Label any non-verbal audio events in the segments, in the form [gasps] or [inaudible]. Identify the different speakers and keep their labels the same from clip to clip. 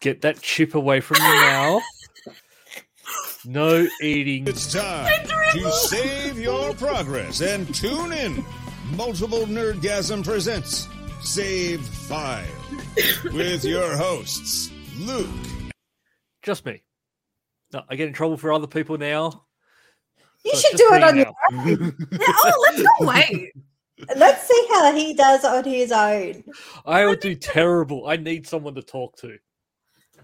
Speaker 1: Get that chip away from your mouth. No eating.
Speaker 2: It's time to save your progress and tune in. Multiple Nerdgasm presents Save File with your hosts, Luke.
Speaker 1: Just me. No, I get in trouble for other people now.
Speaker 3: You
Speaker 1: So it's
Speaker 3: should
Speaker 1: just
Speaker 3: do it
Speaker 1: me
Speaker 3: on your
Speaker 4: [laughs]
Speaker 1: now.
Speaker 4: oh, let's not wait.
Speaker 3: [laughs] Let's see how he does on his own.
Speaker 1: [laughs] I would do terrible. I need someone to talk to.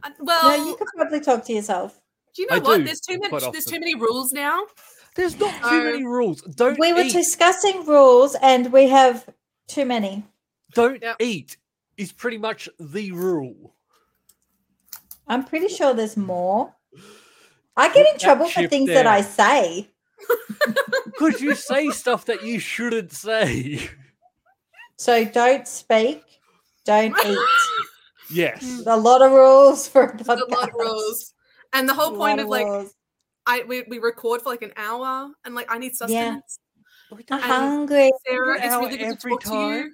Speaker 4: Uh, Well,
Speaker 3: No, you could probably talk to yourself.
Speaker 4: do you know
Speaker 1: I
Speaker 4: what?
Speaker 1: do
Speaker 4: there's too
Speaker 1: quite
Speaker 4: much. There's
Speaker 1: often.
Speaker 4: too many rules now.
Speaker 1: There's not too
Speaker 4: No.
Speaker 1: many rules. Don't
Speaker 3: We were
Speaker 1: eat.
Speaker 3: discussing rules and we have too many.
Speaker 1: Don't
Speaker 4: Yep.
Speaker 1: eat is pretty much the rule.
Speaker 3: I'm pretty sure there's more. I get in
Speaker 1: that
Speaker 3: trouble for
Speaker 1: chip
Speaker 3: things that I
Speaker 1: down.
Speaker 3: say.
Speaker 1: Could you
Speaker 3: [laughs]
Speaker 1: say stuff that you shouldn't say? [laughs]
Speaker 3: So don't speak, don't eat.
Speaker 1: Yes.
Speaker 3: a lot of rules for a
Speaker 4: There's
Speaker 3: podcast.
Speaker 4: [laughs] a lot of rules. And the whole
Speaker 3: A
Speaker 4: point
Speaker 3: lot
Speaker 4: of like,
Speaker 3: rules.
Speaker 4: I we, we record for like an hour, and like I need sustenance.
Speaker 3: I'm
Speaker 4: and
Speaker 3: hungry.
Speaker 4: Sarah, it's
Speaker 1: hour
Speaker 4: really good to
Speaker 1: every
Speaker 4: talk to
Speaker 1: time.
Speaker 4: you.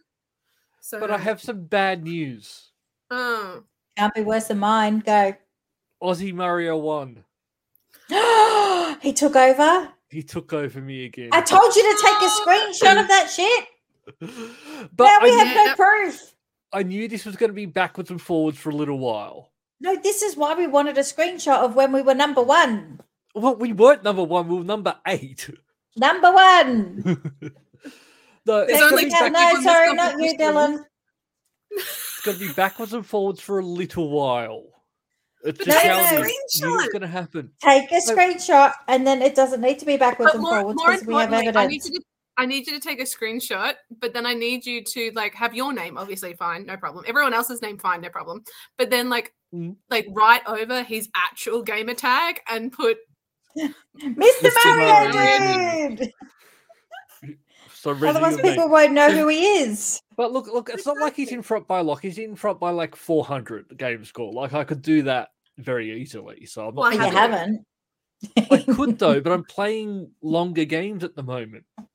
Speaker 4: So,
Speaker 1: But I have some bad news.
Speaker 4: Oh.
Speaker 3: Can't be worse than mine. Go. [gasps]
Speaker 1: Aussie Mario won.
Speaker 3: he took over.
Speaker 1: He took over me again.
Speaker 3: I told you to take
Speaker 4: [gasps]
Speaker 3: a screenshot of that shit.
Speaker 1: [laughs] but
Speaker 3: now
Speaker 1: I,
Speaker 3: we have
Speaker 1: knew,
Speaker 3: no
Speaker 4: Yep.
Speaker 3: proof.
Speaker 1: I knew this was going to be backwards and forwards for a little while.
Speaker 3: No, this is why we wanted a screenshot of when we were number one.
Speaker 1: Well, we weren't number one. We were number eight.
Speaker 3: Number one.
Speaker 1: No, it's
Speaker 4: There's
Speaker 3: Take
Speaker 1: gonna
Speaker 4: only
Speaker 1: be
Speaker 3: it
Speaker 4: two
Speaker 1: back-
Speaker 3: down.
Speaker 4: people in
Speaker 3: no,
Speaker 4: this
Speaker 3: sorry, not you,
Speaker 4: competition.
Speaker 3: Dylan.
Speaker 1: it's going to be backwards and forwards for a little while. It's
Speaker 4: But
Speaker 1: just
Speaker 3: no,
Speaker 1: how
Speaker 3: no.
Speaker 1: it is. Knew it was going to happen.
Speaker 3: Take a
Speaker 1: No.
Speaker 3: screenshot, and then it doesn't need to be backwards
Speaker 4: But
Speaker 3: and
Speaker 4: more,
Speaker 3: forwards
Speaker 4: more
Speaker 3: because we have
Speaker 4: importantly, I need
Speaker 3: evidence.
Speaker 4: you to. I need you to take a screenshot, but then I need you to like have your name, obviously fine, no problem. Everyone else's name, fine, no problem. But then like,
Speaker 1: Mm.
Speaker 4: like write over his actual gamer tag and put
Speaker 3: Mr.
Speaker 1: Mr.
Speaker 3: Mario,
Speaker 1: Mario.
Speaker 3: dude.
Speaker 1: So ready
Speaker 3: Otherwise,
Speaker 1: to make-
Speaker 3: people won't know who
Speaker 1: [laughs]
Speaker 3: he is.
Speaker 1: But look, look, it's not like he's in front by a lot. He's in front by like 400 game score. Like I could do that very easily. So I'm not.
Speaker 4: Well, I
Speaker 3: You
Speaker 4: haven't.
Speaker 1: [laughs]
Speaker 3: haven't.
Speaker 1: I could though, but I'm playing longer games at the moment.
Speaker 3: [laughs]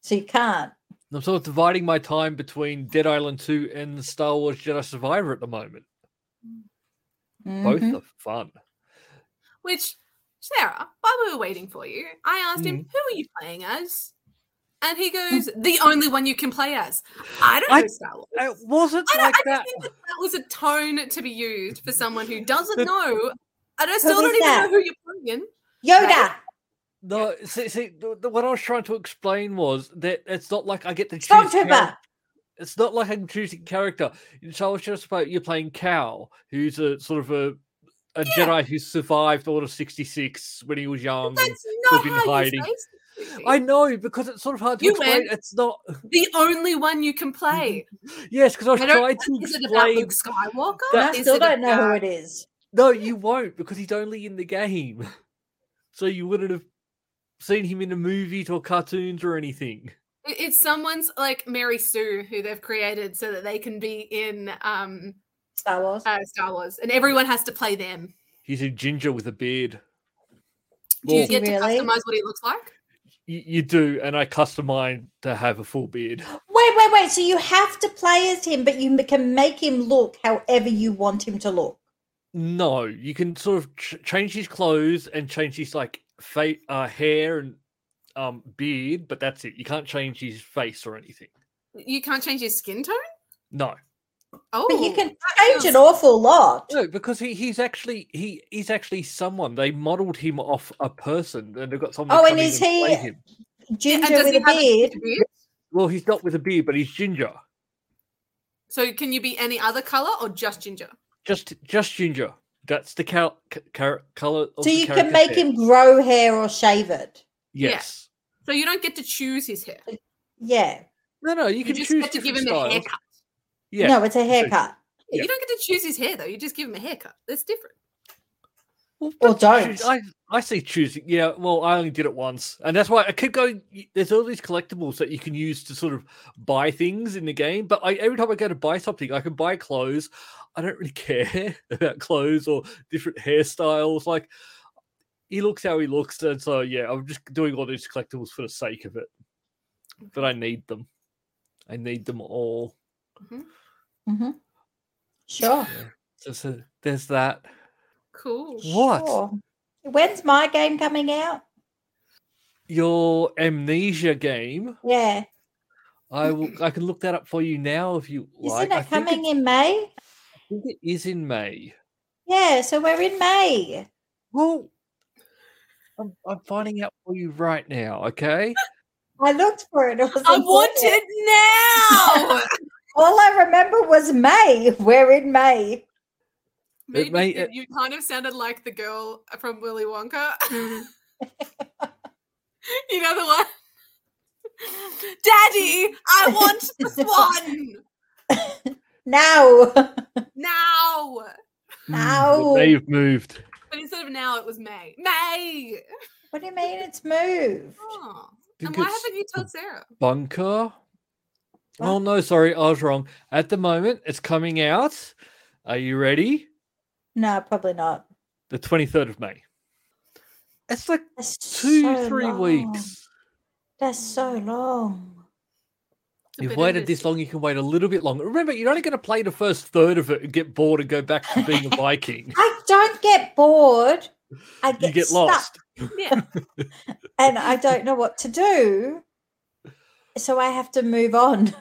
Speaker 3: So you can't.
Speaker 1: I'm sort of dividing my time between Dead Island 2 and Star Wars Jedi Survivor at the moment. Both
Speaker 4: Mm-hmm.
Speaker 3: Mhm.
Speaker 1: are fun.
Speaker 4: Which, Sarah, while we were waiting for you, I asked
Speaker 3: Hmm.
Speaker 4: him, Who are you playing as? And he goes, The only one you can play as. I don't
Speaker 1: I-
Speaker 4: know Star Wars.
Speaker 1: It wasn't
Speaker 4: I, don't,
Speaker 1: like
Speaker 4: I
Speaker 1: that.
Speaker 4: don't think that, that was a tone to be used for someone who doesn't
Speaker 1: The-
Speaker 4: know. I don't, still
Speaker 3: is
Speaker 4: don't even
Speaker 3: that?
Speaker 4: know who you're playing.
Speaker 3: Yoda.
Speaker 1: No, see, see the, the- what I was trying to explain was that it's not like I get to choose.
Speaker 3: Stormtrooper.
Speaker 1: charac- It's not like I'm choosing character. In Star Wars Jedi Survivor, you're playing Cal, who's a sort of a, a Jedi who survived Order 66 when he was young. and-
Speaker 4: That's not
Speaker 1: been
Speaker 4: how you
Speaker 1: hiding.
Speaker 4: say something.
Speaker 1: I know because it's sort of hard to
Speaker 4: You
Speaker 1: explain.
Speaker 4: win.
Speaker 1: It's not.
Speaker 4: The only one you can play.
Speaker 1: Yes, because I was
Speaker 4: I
Speaker 1: trying
Speaker 4: don't,
Speaker 1: to
Speaker 4: is it about
Speaker 1: explain.
Speaker 4: Luke Skywalker?
Speaker 3: And I
Speaker 4: Is
Speaker 3: still
Speaker 4: it
Speaker 3: don't know who
Speaker 4: about-
Speaker 3: it is.
Speaker 1: No, you won't because he's only in the game. [laughs] So you wouldn't have seen him in the movies or cartoons or anything.
Speaker 4: It- It's someone's like Mary Sue who they've created so that they can be in um
Speaker 3: Star Wars.
Speaker 4: uh, Star Wars, and everyone has to play them.
Speaker 1: He's a ginger with a beard.
Speaker 4: Do you
Speaker 1: Well,
Speaker 4: get to
Speaker 3: Really?
Speaker 4: customize what he looks like?
Speaker 1: you, you do, and I custom mine to have a full beard.
Speaker 3: Wait, wait, wait. So you have to play as him, but you m- can make him look however you want him to look.
Speaker 1: No, you can sort of ch- change his clothes and change his like fa- uh, hair and um beard, but that's it. You can't change his face or anything.
Speaker 4: You can't change his skin tone.
Speaker 1: No.
Speaker 4: Oh,
Speaker 3: But you can
Speaker 4: that
Speaker 3: change
Speaker 4: feels-
Speaker 3: an awful lot.
Speaker 1: No, because he, he's actually he he's actually someone. They modelled him off a person, and they've got someone.
Speaker 3: Oh,
Speaker 1: to
Speaker 3: and
Speaker 1: come in
Speaker 3: is
Speaker 1: play
Speaker 3: he-
Speaker 1: Him.
Speaker 4: And
Speaker 3: Ginger
Speaker 4: does
Speaker 3: with
Speaker 4: he
Speaker 3: a
Speaker 4: have
Speaker 3: beard.
Speaker 4: a beard?
Speaker 1: Well, he's not with a beard, but he's ginger.
Speaker 4: So can you be any other color or just ginger?
Speaker 1: Just just ginger. That's the cal- c- car- color. Of
Speaker 3: So
Speaker 1: the
Speaker 3: you can
Speaker 1: character's
Speaker 3: make
Speaker 1: hair.
Speaker 3: him grow hair or shave it.
Speaker 4: Yeah.
Speaker 1: Yes.
Speaker 4: So you don't get to choose his hair.
Speaker 3: Yeah.
Speaker 1: No, no. You
Speaker 4: You,
Speaker 1: can
Speaker 4: just
Speaker 1: choose
Speaker 4: get to give him
Speaker 1: different
Speaker 4: a
Speaker 1: styles.
Speaker 4: haircut.
Speaker 1: Yeah.
Speaker 3: No, it's a
Speaker 1: see.
Speaker 3: haircut.
Speaker 1: Yeah.
Speaker 4: You don't get to choose his hair though. You just give him a haircut. That's different.
Speaker 1: Well,
Speaker 3: Or
Speaker 1: that's choos-
Speaker 3: don't.
Speaker 1: I, I say choosing. Yeah, well, I only did it once. And that's why I keep going. y- There's all these collectibles that you can use to sort of buy things in the game. But I, every time I go to buy something, I can buy clothes. I don't really [laughs] care about clothes or different hairstyles. Like, he looks how he looks. And so, yeah, I'm just doing all these collectibles for the sake of it. But I need them. I need them all.
Speaker 3: hmm Sure.
Speaker 1: Yeah. So, so there's that.
Speaker 4: Cool.
Speaker 1: What?
Speaker 3: Sure. When's my game coming out?
Speaker 1: Your amnesia game.
Speaker 3: Yeah.
Speaker 1: I
Speaker 3: [clears throat]
Speaker 1: will. I can look that up for you now if you like.
Speaker 3: Isn't
Speaker 1: I
Speaker 3: it
Speaker 1: think
Speaker 3: coming
Speaker 1: it-
Speaker 3: in May?
Speaker 1: I think it is in May.
Speaker 3: Yeah, so we're in May.
Speaker 1: Well, I'm, I'm finding out for you right now. Okay.
Speaker 3: I looked for it. [laughs] it wasn't
Speaker 4: I
Speaker 3: there.
Speaker 4: want it now. [laughs]
Speaker 3: All I remember was May. [laughs] We're in May.
Speaker 4: Maybe
Speaker 1: may-
Speaker 4: you-
Speaker 1: it-
Speaker 4: you kind of sounded like the girl from Willy Wonka. [laughs] you know the one? [laughs] Daddy, I want this one
Speaker 3: Now. [laughs]
Speaker 4: now.
Speaker 1: Mm, but They've moved.
Speaker 4: But instead of now, it was May. May.
Speaker 3: what do you mean it's moved?
Speaker 4: Oh. And
Speaker 1: Think
Speaker 4: why
Speaker 1: it's
Speaker 4: haven't you told Sarah?
Speaker 1: bunker. Oh no, sorry, I was wrong. At the moment, it's coming out. Are you ready?
Speaker 3: No, probably not.
Speaker 1: The twenty third of May. It's like
Speaker 3: That's
Speaker 1: two,
Speaker 3: so
Speaker 1: three
Speaker 3: long.
Speaker 1: weeks.
Speaker 3: That's so long.
Speaker 4: A
Speaker 1: You've
Speaker 4: bit
Speaker 1: waited
Speaker 4: indus-
Speaker 1: this long, you can wait a little bit longer. Remember, you're only going to play the first third of it and get bored and go back to being
Speaker 4: [laughs]
Speaker 1: a Viking.
Speaker 3: I don't get bored. I get,
Speaker 1: you get
Speaker 3: stuck
Speaker 1: lost. [laughs]
Speaker 4: Yeah.
Speaker 3: and I don't know what to do. So I have to move on.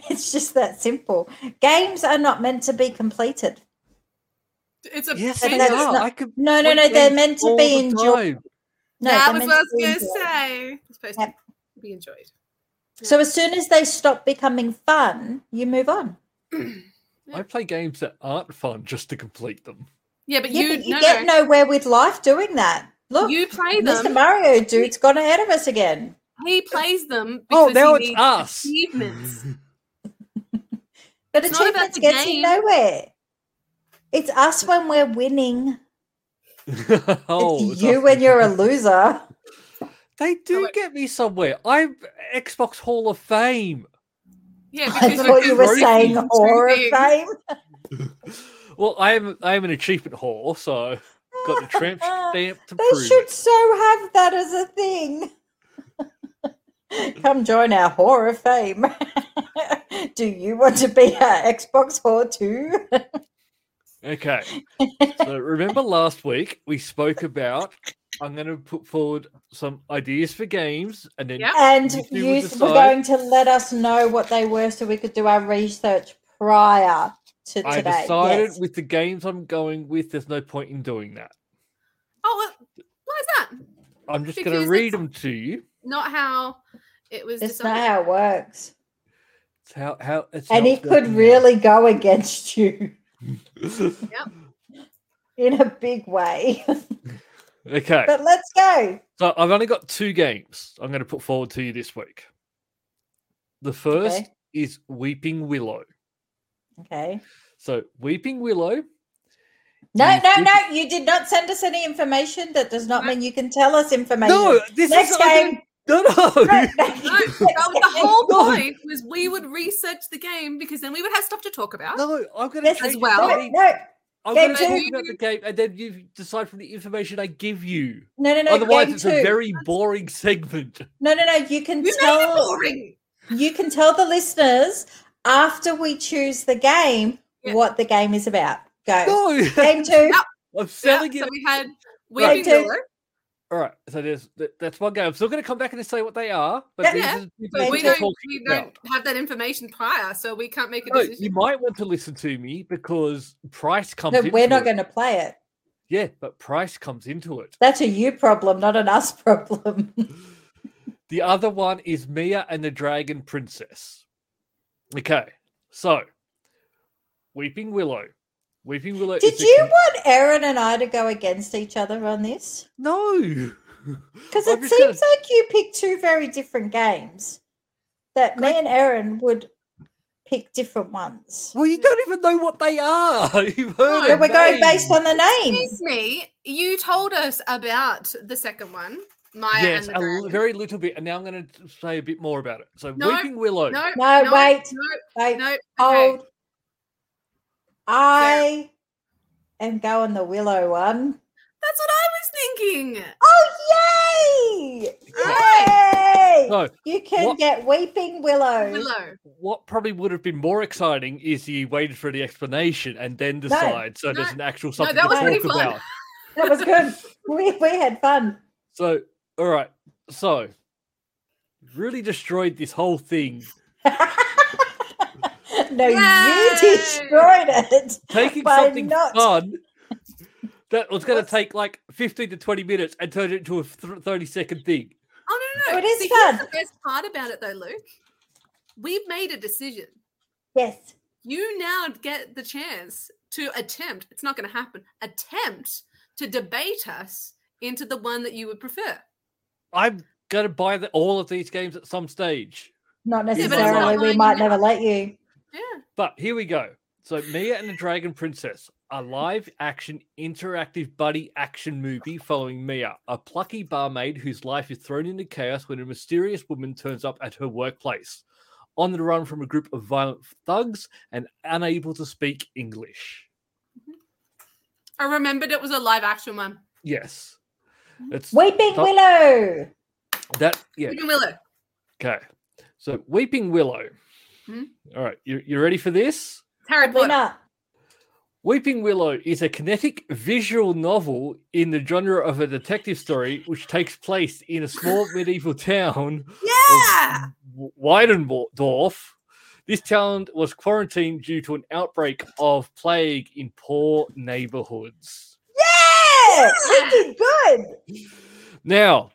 Speaker 3: [laughs] it's just that simple. Games are not meant to be completed.
Speaker 4: It's a
Speaker 1: Yes,
Speaker 3: But
Speaker 1: they
Speaker 4: big-
Speaker 3: that's
Speaker 1: are.
Speaker 3: not-
Speaker 1: I could
Speaker 3: No, no,
Speaker 1: play
Speaker 3: no. They're
Speaker 1: games
Speaker 3: meant to
Speaker 1: all
Speaker 3: be
Speaker 1: the
Speaker 3: enjoyed.
Speaker 1: time.
Speaker 3: No,
Speaker 4: that
Speaker 3: they're
Speaker 4: was
Speaker 3: meant
Speaker 4: what I was
Speaker 3: be
Speaker 4: going to
Speaker 3: enjoyed.
Speaker 4: say. It's supposed
Speaker 3: Yep.
Speaker 4: to be enjoyed.
Speaker 3: So as soon as they stop becoming fun, you move on.
Speaker 1: I play games that aren't fun just to complete them.
Speaker 4: Yeah, but
Speaker 3: Yeah,
Speaker 4: you,
Speaker 3: but you
Speaker 4: no,
Speaker 3: get
Speaker 4: no,
Speaker 3: nowhere with life doing that. Look,
Speaker 4: you play
Speaker 3: Mr.
Speaker 4: them.
Speaker 3: Mario dude's gone ahead of us again.
Speaker 4: He plays them.
Speaker 1: Oh,
Speaker 4: because
Speaker 1: now
Speaker 4: he
Speaker 1: it's
Speaker 4: needs
Speaker 1: us. [laughs]
Speaker 4: Achievements.
Speaker 3: [laughs] But
Speaker 4: It's not about
Speaker 3: achievements
Speaker 4: the
Speaker 3: gets you
Speaker 4: game.
Speaker 3: nowhere. It's us when we're winning.
Speaker 1: oh,
Speaker 3: it's
Speaker 1: it's
Speaker 3: you
Speaker 1: us.
Speaker 3: when you're
Speaker 1: [laughs]
Speaker 3: a loser.
Speaker 1: They do
Speaker 4: it-
Speaker 1: get me somewhere. I'm Xbox Hall of Fame.
Speaker 4: Yeah,
Speaker 3: I
Speaker 4: because
Speaker 3: thought you were
Speaker 1: Rosie
Speaker 3: saying
Speaker 4: is
Speaker 3: horror
Speaker 4: dreaming.
Speaker 3: fame.
Speaker 1: Well, I am I am an achievement whore, so got the tramp stamp
Speaker 3: [laughs]
Speaker 1: to
Speaker 3: [gasps] They
Speaker 1: prove.
Speaker 3: should so have that as a thing. Come join our horror fame. [laughs] Do you want to be our Xbox whore too?
Speaker 1: it. Okay. so remember last week we spoke about I'm going to put forward some ideas for games, and then
Speaker 4: Yep.
Speaker 3: And
Speaker 1: You two will
Speaker 3: you were
Speaker 1: decide.
Speaker 3: going to let us know what they were so we could do our research prior to
Speaker 1: I
Speaker 3: today.
Speaker 1: decided
Speaker 3: Yes.
Speaker 1: with the games I'm going with, there's no point in doing that.
Speaker 4: Oh, well, why is that?
Speaker 1: I'm just going
Speaker 4: Because
Speaker 1: to read
Speaker 4: it's-
Speaker 1: them to you.
Speaker 4: Not how it was
Speaker 3: It's not
Speaker 4: decided.
Speaker 3: how it works.
Speaker 1: It's how how it's
Speaker 3: And
Speaker 1: how
Speaker 3: it
Speaker 1: it's
Speaker 3: could
Speaker 1: working out.
Speaker 3: really go against you in a big
Speaker 4: [laughs]
Speaker 3: way.
Speaker 1: okay.
Speaker 3: but let's go.
Speaker 1: So I've only got two games I'm going to put forward to you this week. The first
Speaker 3: Okay.
Speaker 1: is Weeping Willow.
Speaker 3: Okay.
Speaker 1: So Weeping Willow.
Speaker 3: No,
Speaker 1: You
Speaker 3: no,
Speaker 1: did-
Speaker 3: no. You did not send us any information. That does not
Speaker 4: No.
Speaker 3: mean you can tell us information.
Speaker 1: No, this
Speaker 3: Next
Speaker 1: is I
Speaker 3: game.
Speaker 1: didn't- No, no.
Speaker 4: [laughs] No, that
Speaker 3: [laughs]
Speaker 4: was the whole
Speaker 1: No.
Speaker 4: point was we would research the game because then we would have stuff to talk
Speaker 1: [laughs]
Speaker 4: about.
Speaker 1: No, I'm going to
Speaker 3: This
Speaker 4: as
Speaker 1: change
Speaker 4: well.
Speaker 1: the game.
Speaker 3: No,
Speaker 1: I'm
Speaker 3: Game
Speaker 1: going to talk
Speaker 4: two.
Speaker 1: about the game, and then you decide from the information I give you.
Speaker 3: no, no, no.
Speaker 1: Otherwise,
Speaker 3: game
Speaker 1: it's
Speaker 3: two.
Speaker 1: a very boring segment.
Speaker 3: No, no, no. You can
Speaker 4: You made it
Speaker 3: tell.
Speaker 4: boring.
Speaker 3: You can tell the listeners after we choose the game
Speaker 4: Yeah.
Speaker 3: what the game is about. Go.
Speaker 1: No,
Speaker 3: Game two.
Speaker 4: [laughs] No.
Speaker 1: [laughs] I'm
Speaker 4: Yeah,
Speaker 1: selling
Speaker 4: so
Speaker 1: it.
Speaker 4: we had
Speaker 1: Right.
Speaker 4: Weeping
Speaker 3: Take-
Speaker 4: Willow.
Speaker 1: All right, so there's th- that's one game. I'm still going to come back and say what they are,
Speaker 3: Yeah,
Speaker 1: but these
Speaker 4: yeah.
Speaker 1: are the two
Speaker 4: But
Speaker 1: games
Speaker 4: we
Speaker 1: we're
Speaker 4: don't,
Speaker 1: talking
Speaker 4: we
Speaker 1: about.
Speaker 4: don't have that information prior, so we can't make a
Speaker 1: No,
Speaker 4: decision.
Speaker 1: you might want to listen to me because price comes.
Speaker 3: No,
Speaker 1: into
Speaker 3: we're not
Speaker 1: it.
Speaker 3: going to play it.
Speaker 1: Yeah, but price comes into it.
Speaker 3: That's a you problem, not an us [laughs] problem.
Speaker 1: The other one is Mia and the Dragon Princess. Okay, so Weeping Willow. Weeping Willow.
Speaker 3: Did
Speaker 1: is a
Speaker 3: you
Speaker 1: com-
Speaker 3: want Erin and I to go against each other on this?
Speaker 1: No. [laughs]
Speaker 3: Because
Speaker 1: I'm
Speaker 3: it
Speaker 1: just gonna-
Speaker 3: seems like you picked two very different games. That me and Erin would pick different ones.
Speaker 1: Well, you don't even know what they are. [laughs] You've heard.
Speaker 4: No,
Speaker 1: their
Speaker 3: But we're going based
Speaker 1: names.
Speaker 3: on the name.
Speaker 4: [laughs] Excuse me, you told us about the second one, Maya
Speaker 1: Yes,
Speaker 4: and the
Speaker 1: a l-
Speaker 4: Dragon.
Speaker 1: very little bit, and now I'm going to say a bit more about it. So,
Speaker 4: No,
Speaker 1: Weeping Willow.
Speaker 4: No,
Speaker 3: No, wait,
Speaker 4: no,
Speaker 3: wait,
Speaker 4: no. Okay.
Speaker 3: hold. I am going the Willow one.
Speaker 4: That's what I was thinking.
Speaker 3: Oh, yay! Yay!
Speaker 1: No,
Speaker 3: you can
Speaker 1: what-
Speaker 3: get Weeping
Speaker 4: Oh,
Speaker 3: Willow.
Speaker 4: Willow.
Speaker 1: what probably would have been more exciting is he waited for the explanation and then decide. so there's
Speaker 4: No.
Speaker 1: an actual something
Speaker 4: that
Speaker 1: to
Speaker 4: was pretty
Speaker 1: talk
Speaker 4: fun.
Speaker 1: about.
Speaker 3: That was good. we, we had fun.
Speaker 1: So, all right. So, really destroyed this whole thing.
Speaker 3: [laughs] no,
Speaker 4: Yay!
Speaker 3: you destroyed it.
Speaker 1: Taking
Speaker 3: by
Speaker 1: something
Speaker 3: not-
Speaker 1: fun that was going to
Speaker 4: What's-
Speaker 1: take like 15 to 20 minutes and turn it into a th- 30 second thing.
Speaker 4: Oh no, no, no.
Speaker 3: It is
Speaker 4: See, here's
Speaker 3: fun.
Speaker 4: The best part about it, though, Luke, we've made a decision.
Speaker 3: Yes.
Speaker 4: You now get the chance to attempt. It's not going to happen. Attempt to debate us into the one that you would prefer.
Speaker 1: I'm going to buy the, all of these games at some stage.
Speaker 3: Not
Speaker 1: but it's not
Speaker 3: necessarily. we
Speaker 4: mine
Speaker 3: might
Speaker 4: now.
Speaker 3: never let you.
Speaker 4: Yeah.
Speaker 1: But here we go. So, Mia and the Dragon Princess, a live action interactive buddy action movie following Mia, a plucky barmaid whose life is thrown into chaos when a mysterious woman turns up at her workplace, on the run from a group of violent thugs and unable to speak English.
Speaker 4: I remembered it was a live action one.
Speaker 1: Yes. It's
Speaker 3: Weeping
Speaker 1: Th-
Speaker 3: Willow.
Speaker 1: that, yeah.
Speaker 4: Weeping Willow.
Speaker 1: Okay. So, Weeping Willow.
Speaker 4: Hmm?
Speaker 1: All right. You, you ready for this?
Speaker 4: It's Harry
Speaker 3: Probably
Speaker 4: Potter.
Speaker 3: not.
Speaker 1: Weeping Willow is a kinetic visual novel in the genre of a detective story, which takes place in a small
Speaker 4: [laughs]
Speaker 1: medieval town
Speaker 4: Yeah.
Speaker 1: of Weidendorf. This town was quarantined due to an outbreak of plague in poor neighborhoods.
Speaker 3: Yeah, we did good.
Speaker 1: Now,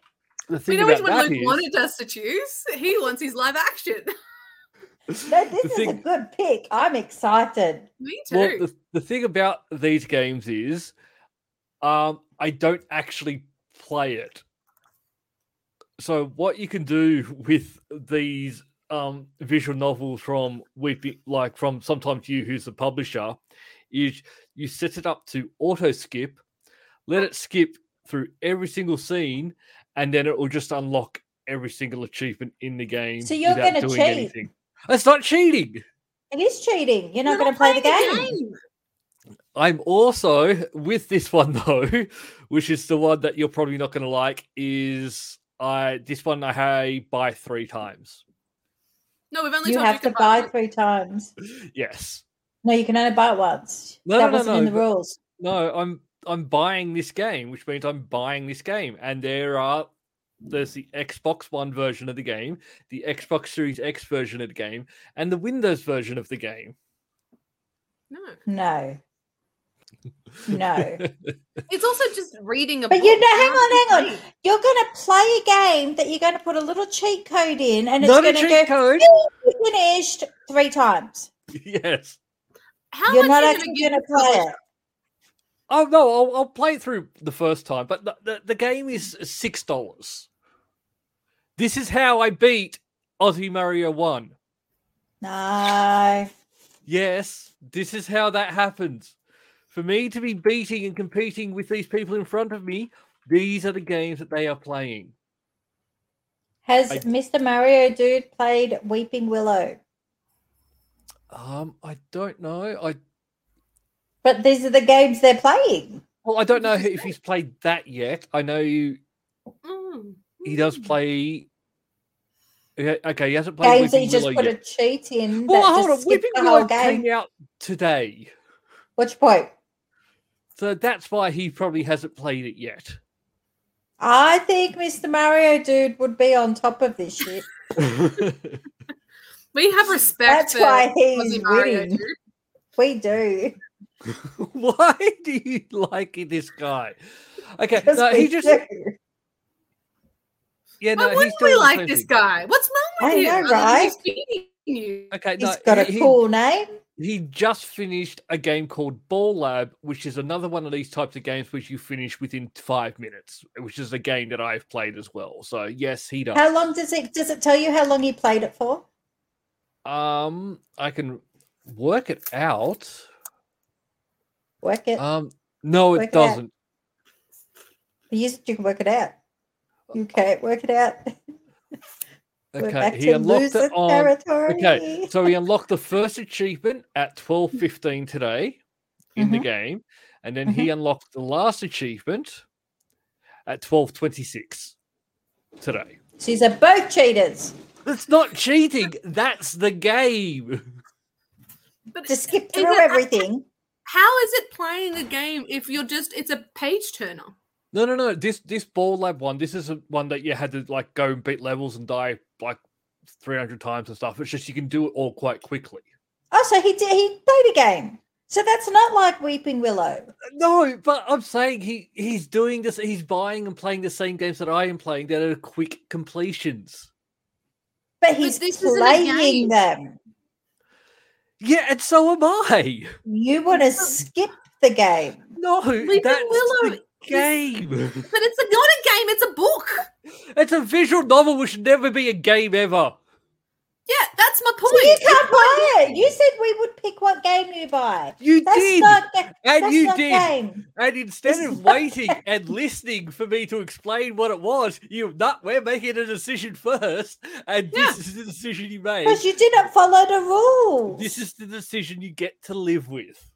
Speaker 1: the
Speaker 4: We
Speaker 1: thing
Speaker 4: know
Speaker 1: about
Speaker 4: which one
Speaker 1: that
Speaker 4: Luke
Speaker 1: is,
Speaker 4: wanted us to choose. He wants his live action. [laughs]
Speaker 3: No, this
Speaker 1: the
Speaker 3: is a
Speaker 1: thing,
Speaker 3: good pick. I'm excited.
Speaker 4: Me too.
Speaker 1: well, the, the thing about these games is, um, I don't actually play it. So what you can do [laughs] with these um, visual novels from Weeping, like from sometimes you, who's the publisher, is you set it up to auto skip, let it skip through every single scene, and then it will just unlock every single achievement in the game.
Speaker 3: So you're
Speaker 1: without
Speaker 3: gonna
Speaker 1: doing
Speaker 3: cheat.
Speaker 1: anything. That's not cheating.
Speaker 3: It is cheating. You're not going
Speaker 4: We're
Speaker 3: to play the
Speaker 4: playing
Speaker 3: game.
Speaker 1: I'm also with this one [laughs] though, which is the one that you're probably not going to like. Is I this one I had buy three times.
Speaker 4: No, we've only
Speaker 3: You
Speaker 4: told
Speaker 3: have
Speaker 4: could
Speaker 3: to buy
Speaker 4: one.
Speaker 3: three times.
Speaker 1: Yes.
Speaker 3: No, you can only buy it once.
Speaker 1: No,
Speaker 3: that
Speaker 1: no, no,
Speaker 3: wasn't in
Speaker 1: no,
Speaker 3: the
Speaker 1: but-
Speaker 3: rules.
Speaker 1: No, I'm I'm buying this game, which means I'm buying this game, and there are there's the Xbox One version of the game, the Xbox Series X version of the game, and the Windows version of the game.
Speaker 4: No,
Speaker 1: [laughs]
Speaker 3: No. No.
Speaker 4: it's also just reading a.
Speaker 3: But
Speaker 4: book.
Speaker 3: you know, hang
Speaker 4: not
Speaker 3: on, hang on.
Speaker 4: playing.
Speaker 3: You're going to play a game that you're going to put a little cheat code in and it's
Speaker 1: Not a
Speaker 3: going to
Speaker 1: cheat
Speaker 3: go
Speaker 1: code.
Speaker 3: "You finished three times.
Speaker 1: [laughs] yes.
Speaker 4: How
Speaker 3: you're
Speaker 4: much
Speaker 3: not
Speaker 4: are
Speaker 3: actually
Speaker 4: you
Speaker 3: going to
Speaker 4: gonna
Speaker 3: play it.
Speaker 1: Oh no, I'll, I'll play it through the first time, but the, the, the game is six dollars. This is how I beat Aussie Mario One.
Speaker 3: No.
Speaker 1: Yes, this is how that happens. For me to be beating and competing with these people in front of me, these are the games that they are playing.
Speaker 3: Has
Speaker 1: I-
Speaker 3: Mr. Mario Dude played Weeping Willow?
Speaker 1: Um, I don't know. I
Speaker 3: But these are the games they're playing.
Speaker 1: well, I don't know
Speaker 4: This is
Speaker 1: if he's played that yet. I know he
Speaker 4: Mm,
Speaker 1: does
Speaker 3: Hmm.
Speaker 4: mm.
Speaker 1: play. Yeah, okay, he hasn't played.
Speaker 3: Games that you
Speaker 1: Weeping
Speaker 3: just
Speaker 1: Willow
Speaker 3: put
Speaker 1: yet.
Speaker 3: a cheat in.
Speaker 1: Well,
Speaker 3: that
Speaker 1: hold on.
Speaker 3: just skips
Speaker 1: Weeping
Speaker 3: the
Speaker 1: Willow
Speaker 3: whole game.
Speaker 1: came out today,
Speaker 3: Which point?
Speaker 1: so that's why he probably hasn't played it yet. [laughs]
Speaker 3: I think Mr. Mario Dude would be on top of this
Speaker 4: [laughs]
Speaker 3: shit.
Speaker 4: We have
Speaker 3: That's
Speaker 4: respect. for
Speaker 3: why he's
Speaker 4: Aussie Mario,
Speaker 3: winning.
Speaker 4: dude.
Speaker 3: We
Speaker 1: [laughs]
Speaker 3: do.
Speaker 1: why do you like this guy? Okay, [laughs]
Speaker 3: 'Cause
Speaker 1: no, he
Speaker 3: we
Speaker 1: just
Speaker 3: do.
Speaker 1: yeah,
Speaker 4: Why
Speaker 1: no, he's
Speaker 4: wouldn't we
Speaker 1: doing the
Speaker 4: like
Speaker 1: same
Speaker 4: this
Speaker 1: thing.
Speaker 4: guy? What's wrong
Speaker 3: I
Speaker 4: with you?
Speaker 3: know,
Speaker 4: other than
Speaker 3: right?
Speaker 4: he's beating you.
Speaker 1: Okay,
Speaker 3: He's
Speaker 1: no,
Speaker 3: got
Speaker 1: he,
Speaker 3: a cool name.
Speaker 1: he, he just finished a game called Ball Lab, which is another one of these types of games which you finish within five minutes, which is a game that I've played as well. So yes, he does.
Speaker 3: How long does it does it tell you how long he played it for?
Speaker 1: Um, I can work it out.
Speaker 3: Work it.
Speaker 1: Um, no,
Speaker 3: Work
Speaker 1: it
Speaker 3: it out.
Speaker 1: doesn't.
Speaker 3: you, s- you can work it out.
Speaker 1: uh,
Speaker 3: You can't work it out. We're back
Speaker 1: Okay, he
Speaker 3: to
Speaker 1: unlocked
Speaker 3: loser
Speaker 1: it on
Speaker 3: territory.
Speaker 1: Okay, so we unlocked [laughs] the first achievement at twelve Mm-hmm. fifteen today in the game, and then he unlocked the last achievement at 12:26 today.
Speaker 3: So these are both cheaters.
Speaker 1: That's not cheating. That's the game.
Speaker 4: But
Speaker 3: To skip
Speaker 4: Is
Speaker 3: through
Speaker 4: it-
Speaker 3: everything.
Speaker 4: how is it playing a game if you're just it's a page turner?
Speaker 1: No, no, no. This this ball lab one. This isn't one that you had to like go and beat levels and die like 300 times and stuff. It's just you can do it all quite quickly.
Speaker 3: Oh, so he did, he played a game. So that's not like Weeping Willow.
Speaker 1: No, but I'm saying he he's doing this. He's buying and playing the same games that I am playing that are quick completions.
Speaker 3: But he's
Speaker 4: this isn't a game.
Speaker 3: playing them.
Speaker 1: Yeah, and so am I.
Speaker 3: You want to skip the game.
Speaker 1: No,
Speaker 4: Leave
Speaker 1: that's
Speaker 4: Willow.
Speaker 1: the game.
Speaker 4: But it's a, not a game, it's a book.
Speaker 1: it's a visual novel, which should never be a game ever.
Speaker 4: Yeah, that's my
Speaker 3: So you
Speaker 4: point.
Speaker 3: can't buy it. You said we would pick what game you buy.
Speaker 1: You
Speaker 3: That's
Speaker 1: did,
Speaker 3: not ga-
Speaker 1: and
Speaker 3: that's
Speaker 1: you
Speaker 3: not
Speaker 1: did,
Speaker 3: game.
Speaker 1: and instead
Speaker 3: It's
Speaker 1: of
Speaker 3: not
Speaker 1: waiting and listening for me to explain what it was, you not we're making a decision first, and
Speaker 4: Yeah.
Speaker 1: this is the decision you made.
Speaker 3: Because you didn't follow the rules.
Speaker 1: This is the decision you get to live with.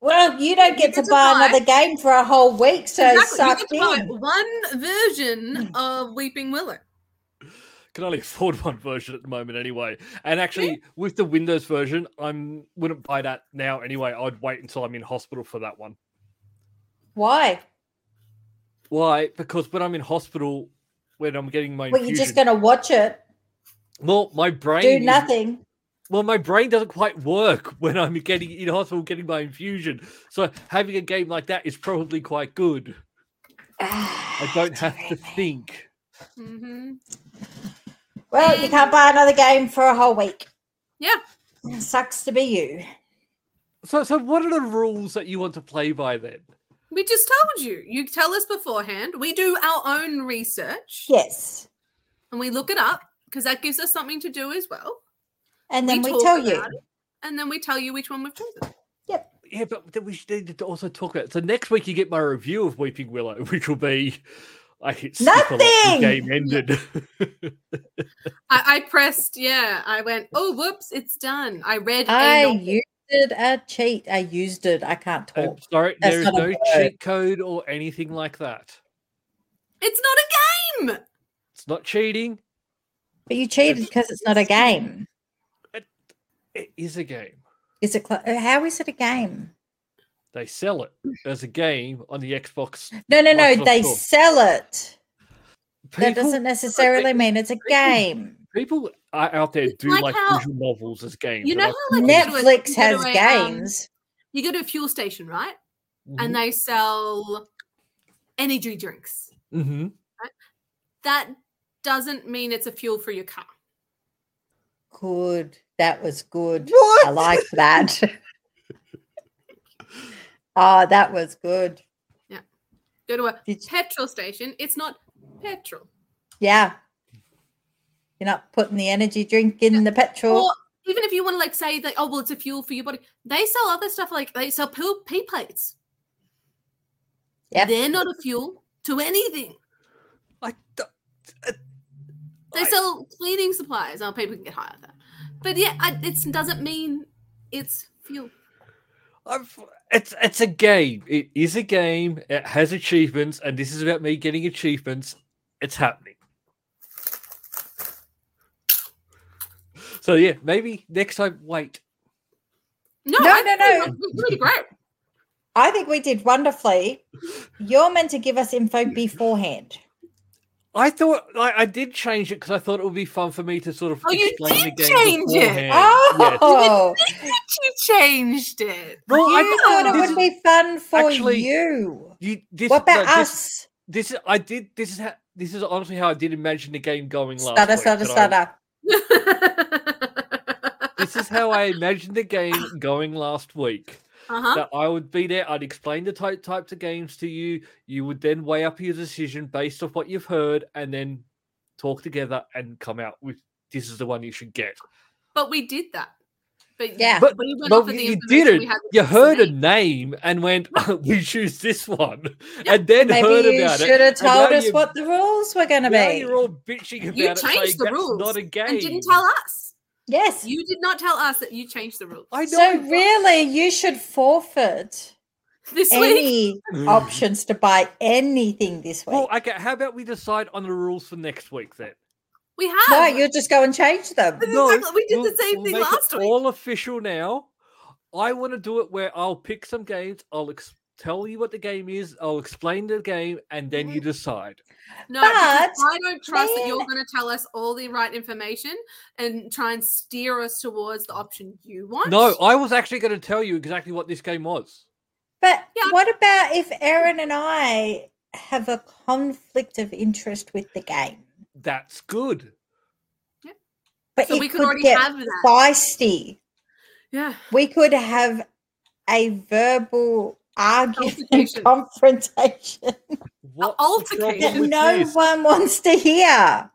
Speaker 3: well, you don't get
Speaker 4: get
Speaker 3: to
Speaker 4: to
Speaker 3: buy
Speaker 4: buy-
Speaker 3: another game for a whole week, so
Speaker 4: Exactly.
Speaker 3: sucked
Speaker 4: You can
Speaker 3: in. Hmm.
Speaker 4: buy one version of Weeping Willow.
Speaker 1: can only afford one version at the moment anyway. And actually, with the Windows version, I'm wouldn't buy that now anyway. I'd wait until I'm in hospital for that one.
Speaker 3: Why?
Speaker 1: Why? Because when I'm in hospital, when I'm getting my
Speaker 3: Well,
Speaker 1: infusion,
Speaker 3: you're just going to watch it,
Speaker 1: well, my brain
Speaker 3: do
Speaker 1: is- [sighs]
Speaker 3: nothing.
Speaker 1: well, my brain doesn't quite work [laughs] when I'm getting in hospital getting my infusion. So having a game like that is probably quite good.
Speaker 3: Oh,
Speaker 1: I don't have to think.
Speaker 4: hmm
Speaker 3: Well, you can't buy another game for a whole week.
Speaker 4: Yeah.
Speaker 3: Sucks to be you.
Speaker 1: So, so what are the rules that you want to play by then?
Speaker 4: We just told you. You tell us beforehand. We do our own research
Speaker 3: Yes.
Speaker 4: and we look it up because that gives us something to do as well.
Speaker 3: And then we,
Speaker 4: talk
Speaker 3: tell you.
Speaker 4: about it, and then we tell you which one we've chosen.
Speaker 1: Yeah, but then we should need to also talk about. So next week you get my review of Weeping Willow, [laughs] which will be I hit skip a lot, The
Speaker 3: Nothing!
Speaker 1: game
Speaker 3: [laughs]
Speaker 1: ended. [laughs]
Speaker 4: I, I pressed, yeah. I went, oh, whoops, it's done. I read. a
Speaker 3: I
Speaker 4: novel.
Speaker 3: used it a cheat. I used it. I can't
Speaker 1: I'm
Speaker 3: talk.
Speaker 1: sorry,
Speaker 3: That's
Speaker 1: there is
Speaker 3: not a
Speaker 1: no
Speaker 3: word.
Speaker 1: cheat code or anything like that.
Speaker 4: It's not a game.
Speaker 1: It's not cheating.
Speaker 3: But you cheated because it's not a game.
Speaker 1: It is a game.
Speaker 3: Is it? Cl- uh, how is it a game?
Speaker 1: They sell it as a game on the Xbox.
Speaker 3: No, no, no.
Speaker 1: Microsoft
Speaker 3: They
Speaker 1: Store.
Speaker 3: sell it.
Speaker 1: People,
Speaker 3: that doesn't necessarily mean it's a game.
Speaker 1: people are out there
Speaker 4: It's
Speaker 1: do
Speaker 4: like
Speaker 1: like,
Speaker 4: how-
Speaker 1: visual novels as games.
Speaker 4: You
Speaker 1: and
Speaker 4: know
Speaker 1: I-
Speaker 4: how, like, you go
Speaker 3: Netflix
Speaker 4: to a- you go to
Speaker 3: has
Speaker 4: a, um,
Speaker 3: games.
Speaker 4: You go to a fuel station, right?
Speaker 1: Mhm,
Speaker 3: Mm-hmm.
Speaker 4: And they sell energy drinks.
Speaker 1: mhm.
Speaker 4: That doesn't mean it's a fuel for your car.
Speaker 3: Good. That was good. I
Speaker 1: What?
Speaker 3: like
Speaker 1: [laughs]
Speaker 3: that. oh, that was good.
Speaker 4: Go to a
Speaker 3: Did you-
Speaker 4: petrol station. It's not petrol.
Speaker 3: Yeah. You're not putting the energy drink in the petrol.
Speaker 4: Or even if you want to like say that, oh well, it's a fuel for your body. They sell other stuff like they sell pill pea plates.
Speaker 3: Yep.
Speaker 4: They're not a fuel to anything.
Speaker 1: I
Speaker 4: uh,
Speaker 1: don't-
Speaker 4: They
Speaker 1: I-
Speaker 4: sell cleaning supplies. Oh, people can get high on that. But yeah, I, it doesn't mean it's fuel.
Speaker 1: I've, it's it's a game. It is a game. It has achievements, and this is about me getting achievements. It's happening. So yeah, maybe next time. Wait,
Speaker 4: No,
Speaker 3: No,
Speaker 4: I
Speaker 3: no,
Speaker 4: think
Speaker 3: no.
Speaker 4: It's
Speaker 3: [laughs]
Speaker 4: really great.
Speaker 3: I think we did wonderfully. You're meant to give us info beforehand.
Speaker 1: I thought I, I did change it because I thought it would be fun for me to sort of
Speaker 4: Oh, you
Speaker 1: explain the game
Speaker 4: did change it.
Speaker 1: beforehand. Yes.
Speaker 3: Oh,
Speaker 4: You changed it.
Speaker 1: No, I
Speaker 3: you
Speaker 1: thought
Speaker 3: thought it
Speaker 1: this
Speaker 3: would be fun for
Speaker 1: actually-
Speaker 3: you.
Speaker 1: You, this,
Speaker 3: What about
Speaker 1: no, this-
Speaker 3: us?
Speaker 1: This, is I did. This is how. This is honestly how I did imagine the game going last.
Speaker 3: Stutter,
Speaker 1: week,
Speaker 3: stutter,
Speaker 1: that I-
Speaker 3: stutter.
Speaker 4: uh [laughs]
Speaker 1: This is how I imagined the game going last week.
Speaker 4: huh.
Speaker 1: that I would be there. I'd explain the type types of games to you. You would then weigh up your decision based off what you've heard, and then talk together and come out with this is the one you should get.
Speaker 4: But we did that. But
Speaker 3: Yeah.
Speaker 1: But-
Speaker 4: we went
Speaker 1: but
Speaker 4: off of the
Speaker 1: you
Speaker 4: information
Speaker 1: didn't.
Speaker 4: we had with
Speaker 1: You
Speaker 4: Mr.
Speaker 1: heard a
Speaker 4: Nate.
Speaker 1: name and went, [laughs] "Oh, "We choose this one," and then heard
Speaker 3: Maybe you
Speaker 1: about it.
Speaker 3: should have
Speaker 1: and now
Speaker 3: told us
Speaker 1: you-
Speaker 3: what the rules were going to
Speaker 1: Now
Speaker 3: be.
Speaker 1: you're all bitching about
Speaker 4: You
Speaker 1: it.
Speaker 4: changed
Speaker 1: saying
Speaker 4: the
Speaker 1: that's
Speaker 4: rules
Speaker 1: Not a game.
Speaker 4: and didn't
Speaker 3: [laughs]
Speaker 4: tell us.
Speaker 3: Yes.
Speaker 4: You did not tell us that you changed the rules.
Speaker 1: I know.
Speaker 3: So
Speaker 1: but-
Speaker 3: really, you should forfeit
Speaker 4: [laughs] this week.
Speaker 1: [laughs]
Speaker 3: any options to buy anything this week.
Speaker 1: Well, okay. How about we decide on the rules for next week then?
Speaker 4: We have.
Speaker 3: no, you'll just go and change them.
Speaker 4: This is exactly- we did the same thing
Speaker 1: make it
Speaker 4: last week.
Speaker 1: All official now. I want to do it where I'll pick some games. I'll ex- tell you what the game is. I'll explain the game, and then you decide.
Speaker 4: No, because
Speaker 3: But
Speaker 4: I don't trust that you're
Speaker 3: then-
Speaker 4: going to tell us all the right information and try and steer us towards the option you want.
Speaker 1: No, I was actually going to tell you exactly what this game was.
Speaker 3: But
Speaker 4: Yeah.
Speaker 3: what about if Erin and I have a conflict of interest with the game?
Speaker 1: That's good.
Speaker 3: But
Speaker 4: so
Speaker 3: it
Speaker 4: we could
Speaker 3: could
Speaker 4: already
Speaker 3: get
Speaker 4: have that.
Speaker 3: feisty.
Speaker 4: Yeah.
Speaker 3: We could have a verbal argument
Speaker 4: Confrontation.
Speaker 3: confrontation
Speaker 1: What
Speaker 4: altercation.
Speaker 1: altercation?
Speaker 3: that
Speaker 1: With
Speaker 3: no
Speaker 1: this?
Speaker 3: one wants to hear.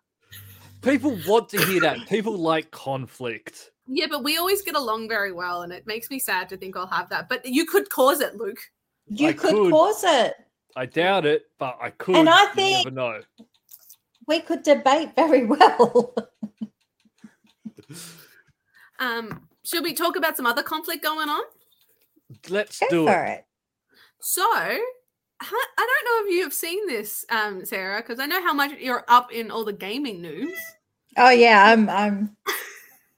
Speaker 1: People want to hear that. People like conflict.
Speaker 4: Yeah, but we always get along very well, and it makes me sad to think I'll have that. But you could cause it, Luke.
Speaker 3: You
Speaker 1: I
Speaker 3: could,
Speaker 1: could.
Speaker 3: pause it.
Speaker 1: I doubt it, but I could.
Speaker 3: I
Speaker 1: you
Speaker 3: think-
Speaker 1: never know.
Speaker 3: We could debate very [laughs] well.
Speaker 4: Um, should we talk about some other conflict going on?
Speaker 1: Let's
Speaker 3: go
Speaker 1: do
Speaker 3: for
Speaker 1: it.
Speaker 3: it.
Speaker 4: So, ha- I don't know if you have seen this, um, Sarah, because I know how much you're up in all the gaming news.
Speaker 3: Oh yeah, I'm I'm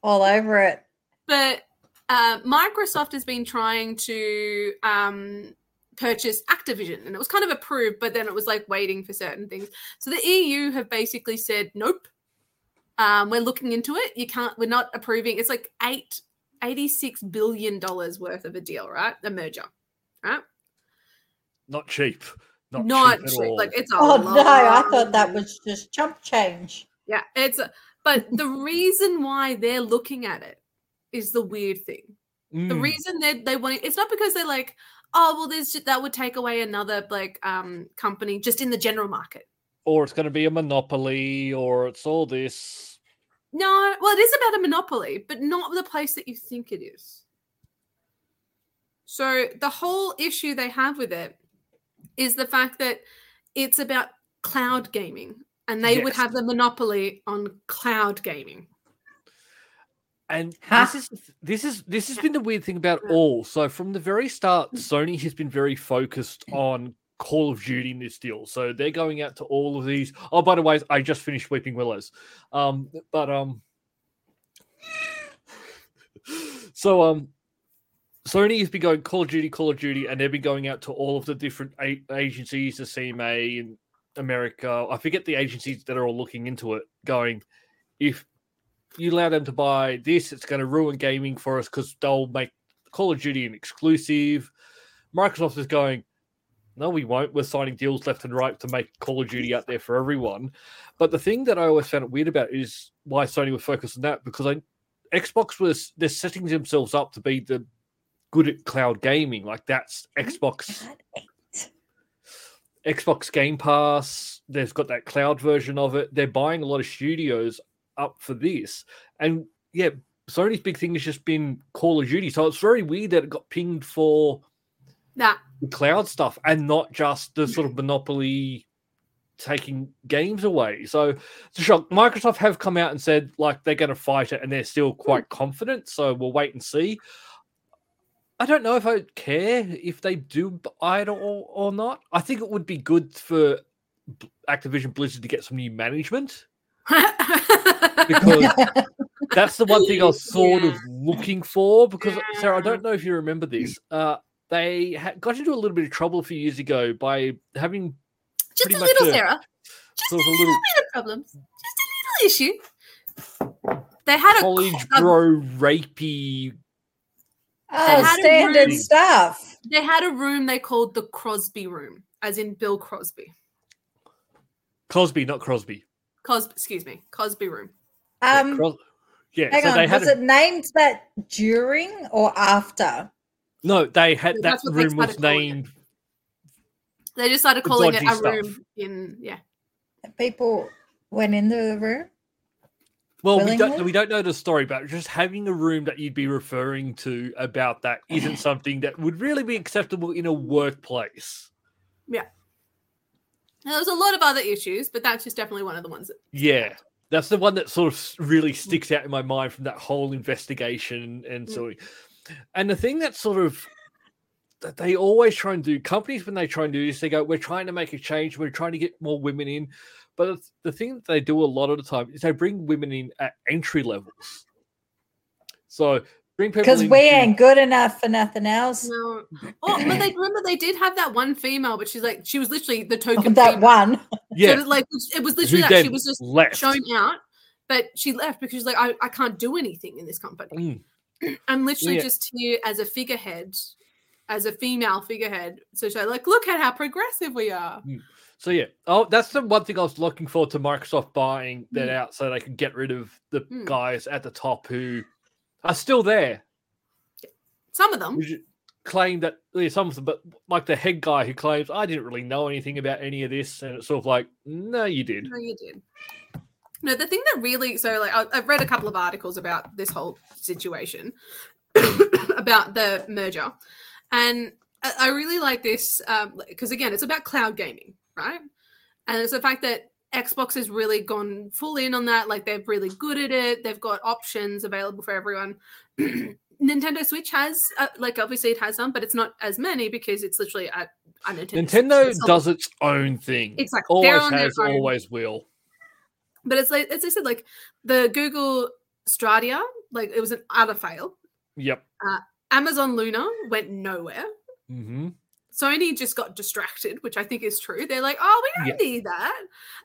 Speaker 3: all over it.
Speaker 4: But uh, Microsoft has been trying to um, purchase Activision, and it was kind of approved, but then it was like waiting for certain things. So the EU have basically said, "Nope, um, we're looking into it. You can't. We're not approving." It's like eight. $86 billion worth of a deal, right? A merger.
Speaker 1: Not cheap. Not, cheap. At all.
Speaker 4: Like it's a
Speaker 3: Oh no, I
Speaker 4: lot.
Speaker 3: thought that was just chump change.
Speaker 4: Yeah, it's a- but the reason why they're looking at it is the weird thing. the
Speaker 1: Mm.
Speaker 4: reason they they want it, it's not because they're like oh well there's ju- that would take away another like um company just in the general market
Speaker 1: or it's going to be a monopoly, or it's all this.
Speaker 4: no well it is about a monopoly but not the place that you think it is so the whole issue they have with it is the fact that it's about cloud gaming and they would
Speaker 1: Yes.
Speaker 4: have the monopoly on cloud gaming
Speaker 1: And
Speaker 3: Huh?
Speaker 1: this is the th- this is this has
Speaker 4: Yeah.
Speaker 1: been the weird thing about
Speaker 4: Yeah.
Speaker 1: all. So from the very start, Sony has been very focused on Call of Duty in this deal. So they're going out to all of these. Oh, by the way, I just finished Weeping Willows. Um, but um, [laughs] so um, Sony has been going Call of Duty, Call of Duty, and they've been going out to all of the different a- agencies, the CMA in America. I forget the agencies that are all looking into it, going, if you allow them to buy this, it's going to ruin gaming for us because they'll make Call of Duty an exclusive. Microsoft is going, no, we won't. We're signing deals left and right to make Call of Duty out there for everyone. But the thing that I always found it weird about is why Sony was focused on that because I Xbox was they're setting themselves up to be the good at cloud gaming. Like that's Xbox
Speaker 3: God,
Speaker 1: Xbox Game Pass. They've got that cloud version of it. They're buying a lot of studios up for this. And yeah, Sony's big thing has just been Call of Duty. So it's very weird that it got pinged for
Speaker 4: that
Speaker 1: the cloud stuff and not just the sort of monopoly taking games away. So it's a shock. Microsoft have come out and said like they're going to fight it and they're still quite confident. So we'll wait and see. I don't know if I care if they do buy it or, or not. I think it would be good for B- Activision Blizzard to get some new management
Speaker 4: [laughs]
Speaker 1: because that's the one thing I was
Speaker 4: [laughs]
Speaker 1: sort of looking for. Because Sarah, I don't know if you remember this. Uh, they ha- got into a little bit of trouble a few years ago by having
Speaker 4: just
Speaker 1: pretty
Speaker 4: a
Speaker 1: much
Speaker 4: little
Speaker 1: a-
Speaker 4: sarah just
Speaker 1: sort
Speaker 4: a
Speaker 1: of a
Speaker 4: little
Speaker 1: little
Speaker 4: bit of problems just a little issue they had a
Speaker 1: college
Speaker 4: co- a
Speaker 1: bro rapey.
Speaker 3: Oh,
Speaker 4: had a
Speaker 3: standard
Speaker 1: room.
Speaker 3: stuff.
Speaker 4: They had a room they called the Crosby room, as in Bill Crosby.
Speaker 1: Cosby, not Crosby.
Speaker 4: Cos, excuse me, Cosby room.
Speaker 1: Yeah,
Speaker 3: Um,
Speaker 1: Cros- yeah,
Speaker 3: hang
Speaker 1: so
Speaker 3: on,
Speaker 1: they had
Speaker 3: was
Speaker 1: a-
Speaker 3: it named that during or after?
Speaker 1: no, they had that
Speaker 4: Yeah, that's what they
Speaker 1: room was
Speaker 4: started calling it.
Speaker 1: named.
Speaker 4: They just started
Speaker 1: The
Speaker 4: calling it
Speaker 1: dodgy
Speaker 4: a
Speaker 1: stuff.
Speaker 4: room in yeah.
Speaker 3: People went into the room.
Speaker 1: Well, we don't
Speaker 3: Willingly?
Speaker 1: we don't know the story, but just having a room that you'd be referring to about that isn't something that would really be acceptable in a workplace.
Speaker 4: There was a lot of other issues, but that's just definitely one of the ones. That,
Speaker 1: Yeah, that's the one that sort of s- really sticks out in my mind from that whole investigation and
Speaker 4: Mm. Mm.
Speaker 1: so. And the thing that sort of that they always try and do companies when they try and do this they go we're trying to make a change we're trying to get more women in but the- the thing that they do a lot of the time is they bring women in at entry levels so bring people
Speaker 3: because
Speaker 1: in
Speaker 3: we
Speaker 1: to-
Speaker 3: ain't good enough for nothing else.
Speaker 4: No. Oh, but they remember they did have that one female, but she's like she was literally the token.
Speaker 3: that
Speaker 4: female.
Speaker 3: one.
Speaker 1: yeah
Speaker 4: So that, like it was
Speaker 1: who
Speaker 4: literally that she
Speaker 1: then
Speaker 4: was just
Speaker 1: left.
Speaker 4: shown out, but she left because she's like, I, I can't do anything in this
Speaker 1: Mm.
Speaker 4: company. I'm literally
Speaker 1: Yeah.
Speaker 4: just here as a figurehead, as a female figurehead. So she's like, look at how progressive we are.
Speaker 1: So yeah, oh, that's the one thing I was looking for to Microsoft buying that
Speaker 4: Mm.
Speaker 1: out so they could get rid of the
Speaker 4: Mm.
Speaker 1: guys at the top who are still there.
Speaker 4: Some of them.
Speaker 1: who ju- claim that yeah, some of them, but like the head guy who claims I didn't really know anything about any of this, and it's sort of like, no, you did.
Speaker 4: No, you did. No, the thing that really so like I, I've read a couple of articles about this whole situation [coughs] about the merger, and I, I really like this because again, it's about cloud gaming, right? And it's the fact that Xbox has really gone full in on that. Like they're really good at it. They've got options available for everyone. [clears throat] Nintendo Switch has uh, like obviously it has some, but it's not as many because it's literally at a Nintendo. Switch.
Speaker 1: Nintendo
Speaker 4: It's not-
Speaker 1: does its own thing.
Speaker 4: Exactly. They're
Speaker 1: Always
Speaker 4: on their
Speaker 1: has,
Speaker 4: own.
Speaker 1: always will.
Speaker 4: But it's like as I said, like the Google Stradia, like it was an utter fail.
Speaker 1: Yep.
Speaker 4: Amazon Luna went nowhere.
Speaker 1: Mm-hmm.
Speaker 4: Sony just got distracted, which I think is true. They're like, oh, we don't need that.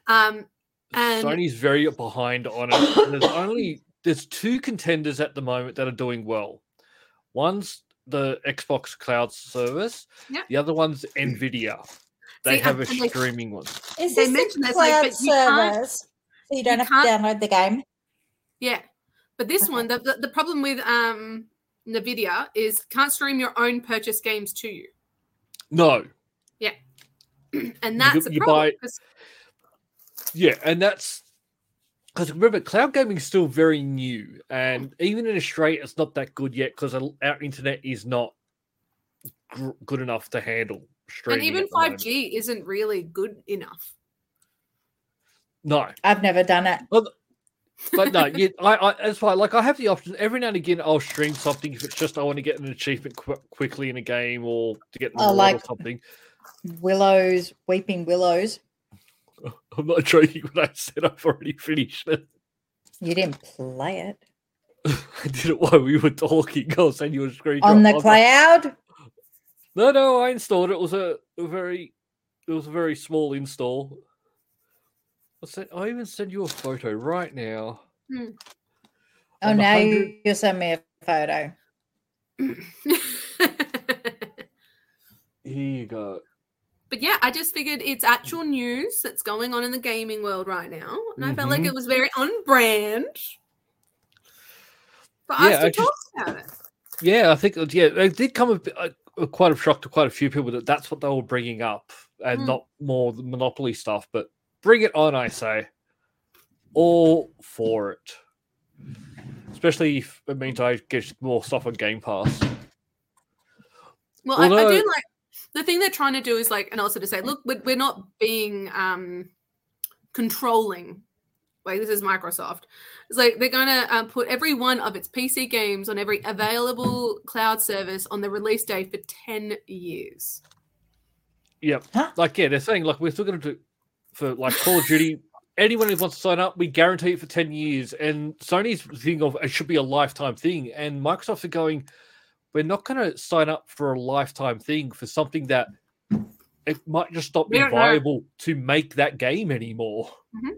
Speaker 4: Um, And-
Speaker 1: Sony's very behind on it. and there's only there's two contenders at the moment that are doing well. One's the Xbox Cloud Service.
Speaker 4: Yeah.
Speaker 1: The other one's Nvidia.
Speaker 4: [clears throat]
Speaker 1: They
Speaker 4: See,
Speaker 1: have
Speaker 4: and-
Speaker 1: a
Speaker 4: and they-
Speaker 1: streaming one.
Speaker 3: Is
Speaker 4: They
Speaker 3: this
Speaker 4: mentioned
Speaker 3: the
Speaker 4: this, like,
Speaker 3: cloud
Speaker 4: but you can't-
Speaker 3: servers? So you don't
Speaker 4: you
Speaker 3: have to download the game.
Speaker 4: yeah, but this one, the, the the problem with um Nvidia is can't stream your own purchased games to you, [clears throat]
Speaker 1: No.
Speaker 4: and that's a
Speaker 1: you
Speaker 4: problem.
Speaker 1: buy-
Speaker 4: 'cause-
Speaker 1: Yeah, and that's because remember, cloud gaming is still very new, and even in Australia, it's not that good yet because our internet is not gr- good enough to handle
Speaker 4: and
Speaker 1: streaming.
Speaker 4: even
Speaker 1: at the moment.
Speaker 4: five G isn't really good enough. [laughs]
Speaker 1: No,
Speaker 3: I've never done it.
Speaker 1: but no, you, I, I that's why. Like, I have the option every now and again. I'll stream something if it's just I want to get an achievement qu- quickly in a game or to get an
Speaker 3: Oh,
Speaker 1: award
Speaker 3: like-
Speaker 1: or something.
Speaker 3: Willows, weeping willows.
Speaker 1: I'm not joking when I [laughs] said I've already finished it. [laughs]
Speaker 3: You didn't play it
Speaker 1: I did it while we were talking. I'll send you a screenshot.
Speaker 3: on the
Speaker 1: I'm not-
Speaker 3: cloud.
Speaker 1: No, no, I installed it. It was a, a very, it was a very small install. I sent, I even send you a photo right now.
Speaker 3: Oh,
Speaker 1: on the
Speaker 3: now you,
Speaker 1: 100
Speaker 3: you send me a photo.
Speaker 1: Here you go.
Speaker 4: But yeah, I just figured it's actual news that's going on in the gaming world right now. And I felt like
Speaker 1: Mhm.
Speaker 4: it was very on brand for
Speaker 1: Yeah,
Speaker 4: us to
Speaker 1: I just-
Speaker 4: talk about it.
Speaker 1: Yeah, I think it- yeah, it did come a, bit- a, a quite a shock to quite a few people that that's what they were bringing up, and
Speaker 4: Mm.
Speaker 1: not more the monopoly stuff. But bring it on, I say. All for it. Especially if it means I get more stuff on Game Pass.
Speaker 4: Well, I, I
Speaker 1: Although-
Speaker 4: do like the thing they're trying to do is like, and also to say, look, we're, we're not being um, controlling. Like this is Microsoft. It's like they're going to uh, put every one of its PC games on every available cloud service on the release day for ten years.
Speaker 1: Yep.
Speaker 3: Huh?
Speaker 1: [laughs] Like, yeah, they're saying like we're still going to do for like Call of Duty. [laughs] Anyone who wants to sign up, we guarantee it for ten years. And Sony's thing of it should be a lifetime thing, and Microsoft's are going, we're not going to sign up for a lifetime thing for something that it might just not
Speaker 4: We
Speaker 1: be
Speaker 4: don't know.
Speaker 1: viable to make that game anymore.
Speaker 4: Mhm.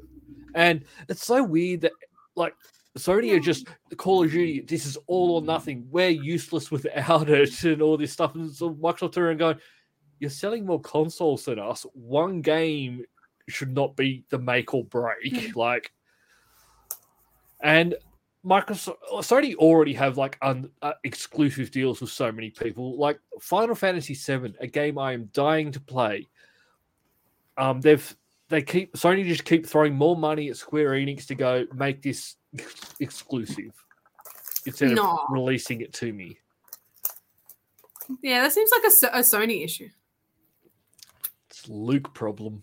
Speaker 1: And it's so weird that like Sony are just Call of Duty. This is all or nothing. We're useless without [laughs] it, and all this stuff. And so Microsoft are going you're selling more consoles than us. One game should not be the make or break. Like, and Microsoft, Sony already have like un, uh, exclusive deals with so many people. Like Final Fantasy VII, a game I am dying to play. Um, they've they keep Sony just keep throwing more money at Square Enix to go make this ex- exclusive instead of
Speaker 4: No.
Speaker 1: releasing it to me.
Speaker 4: Yeah, that seems like a, So- a Sony issue.
Speaker 1: It's Luke problem.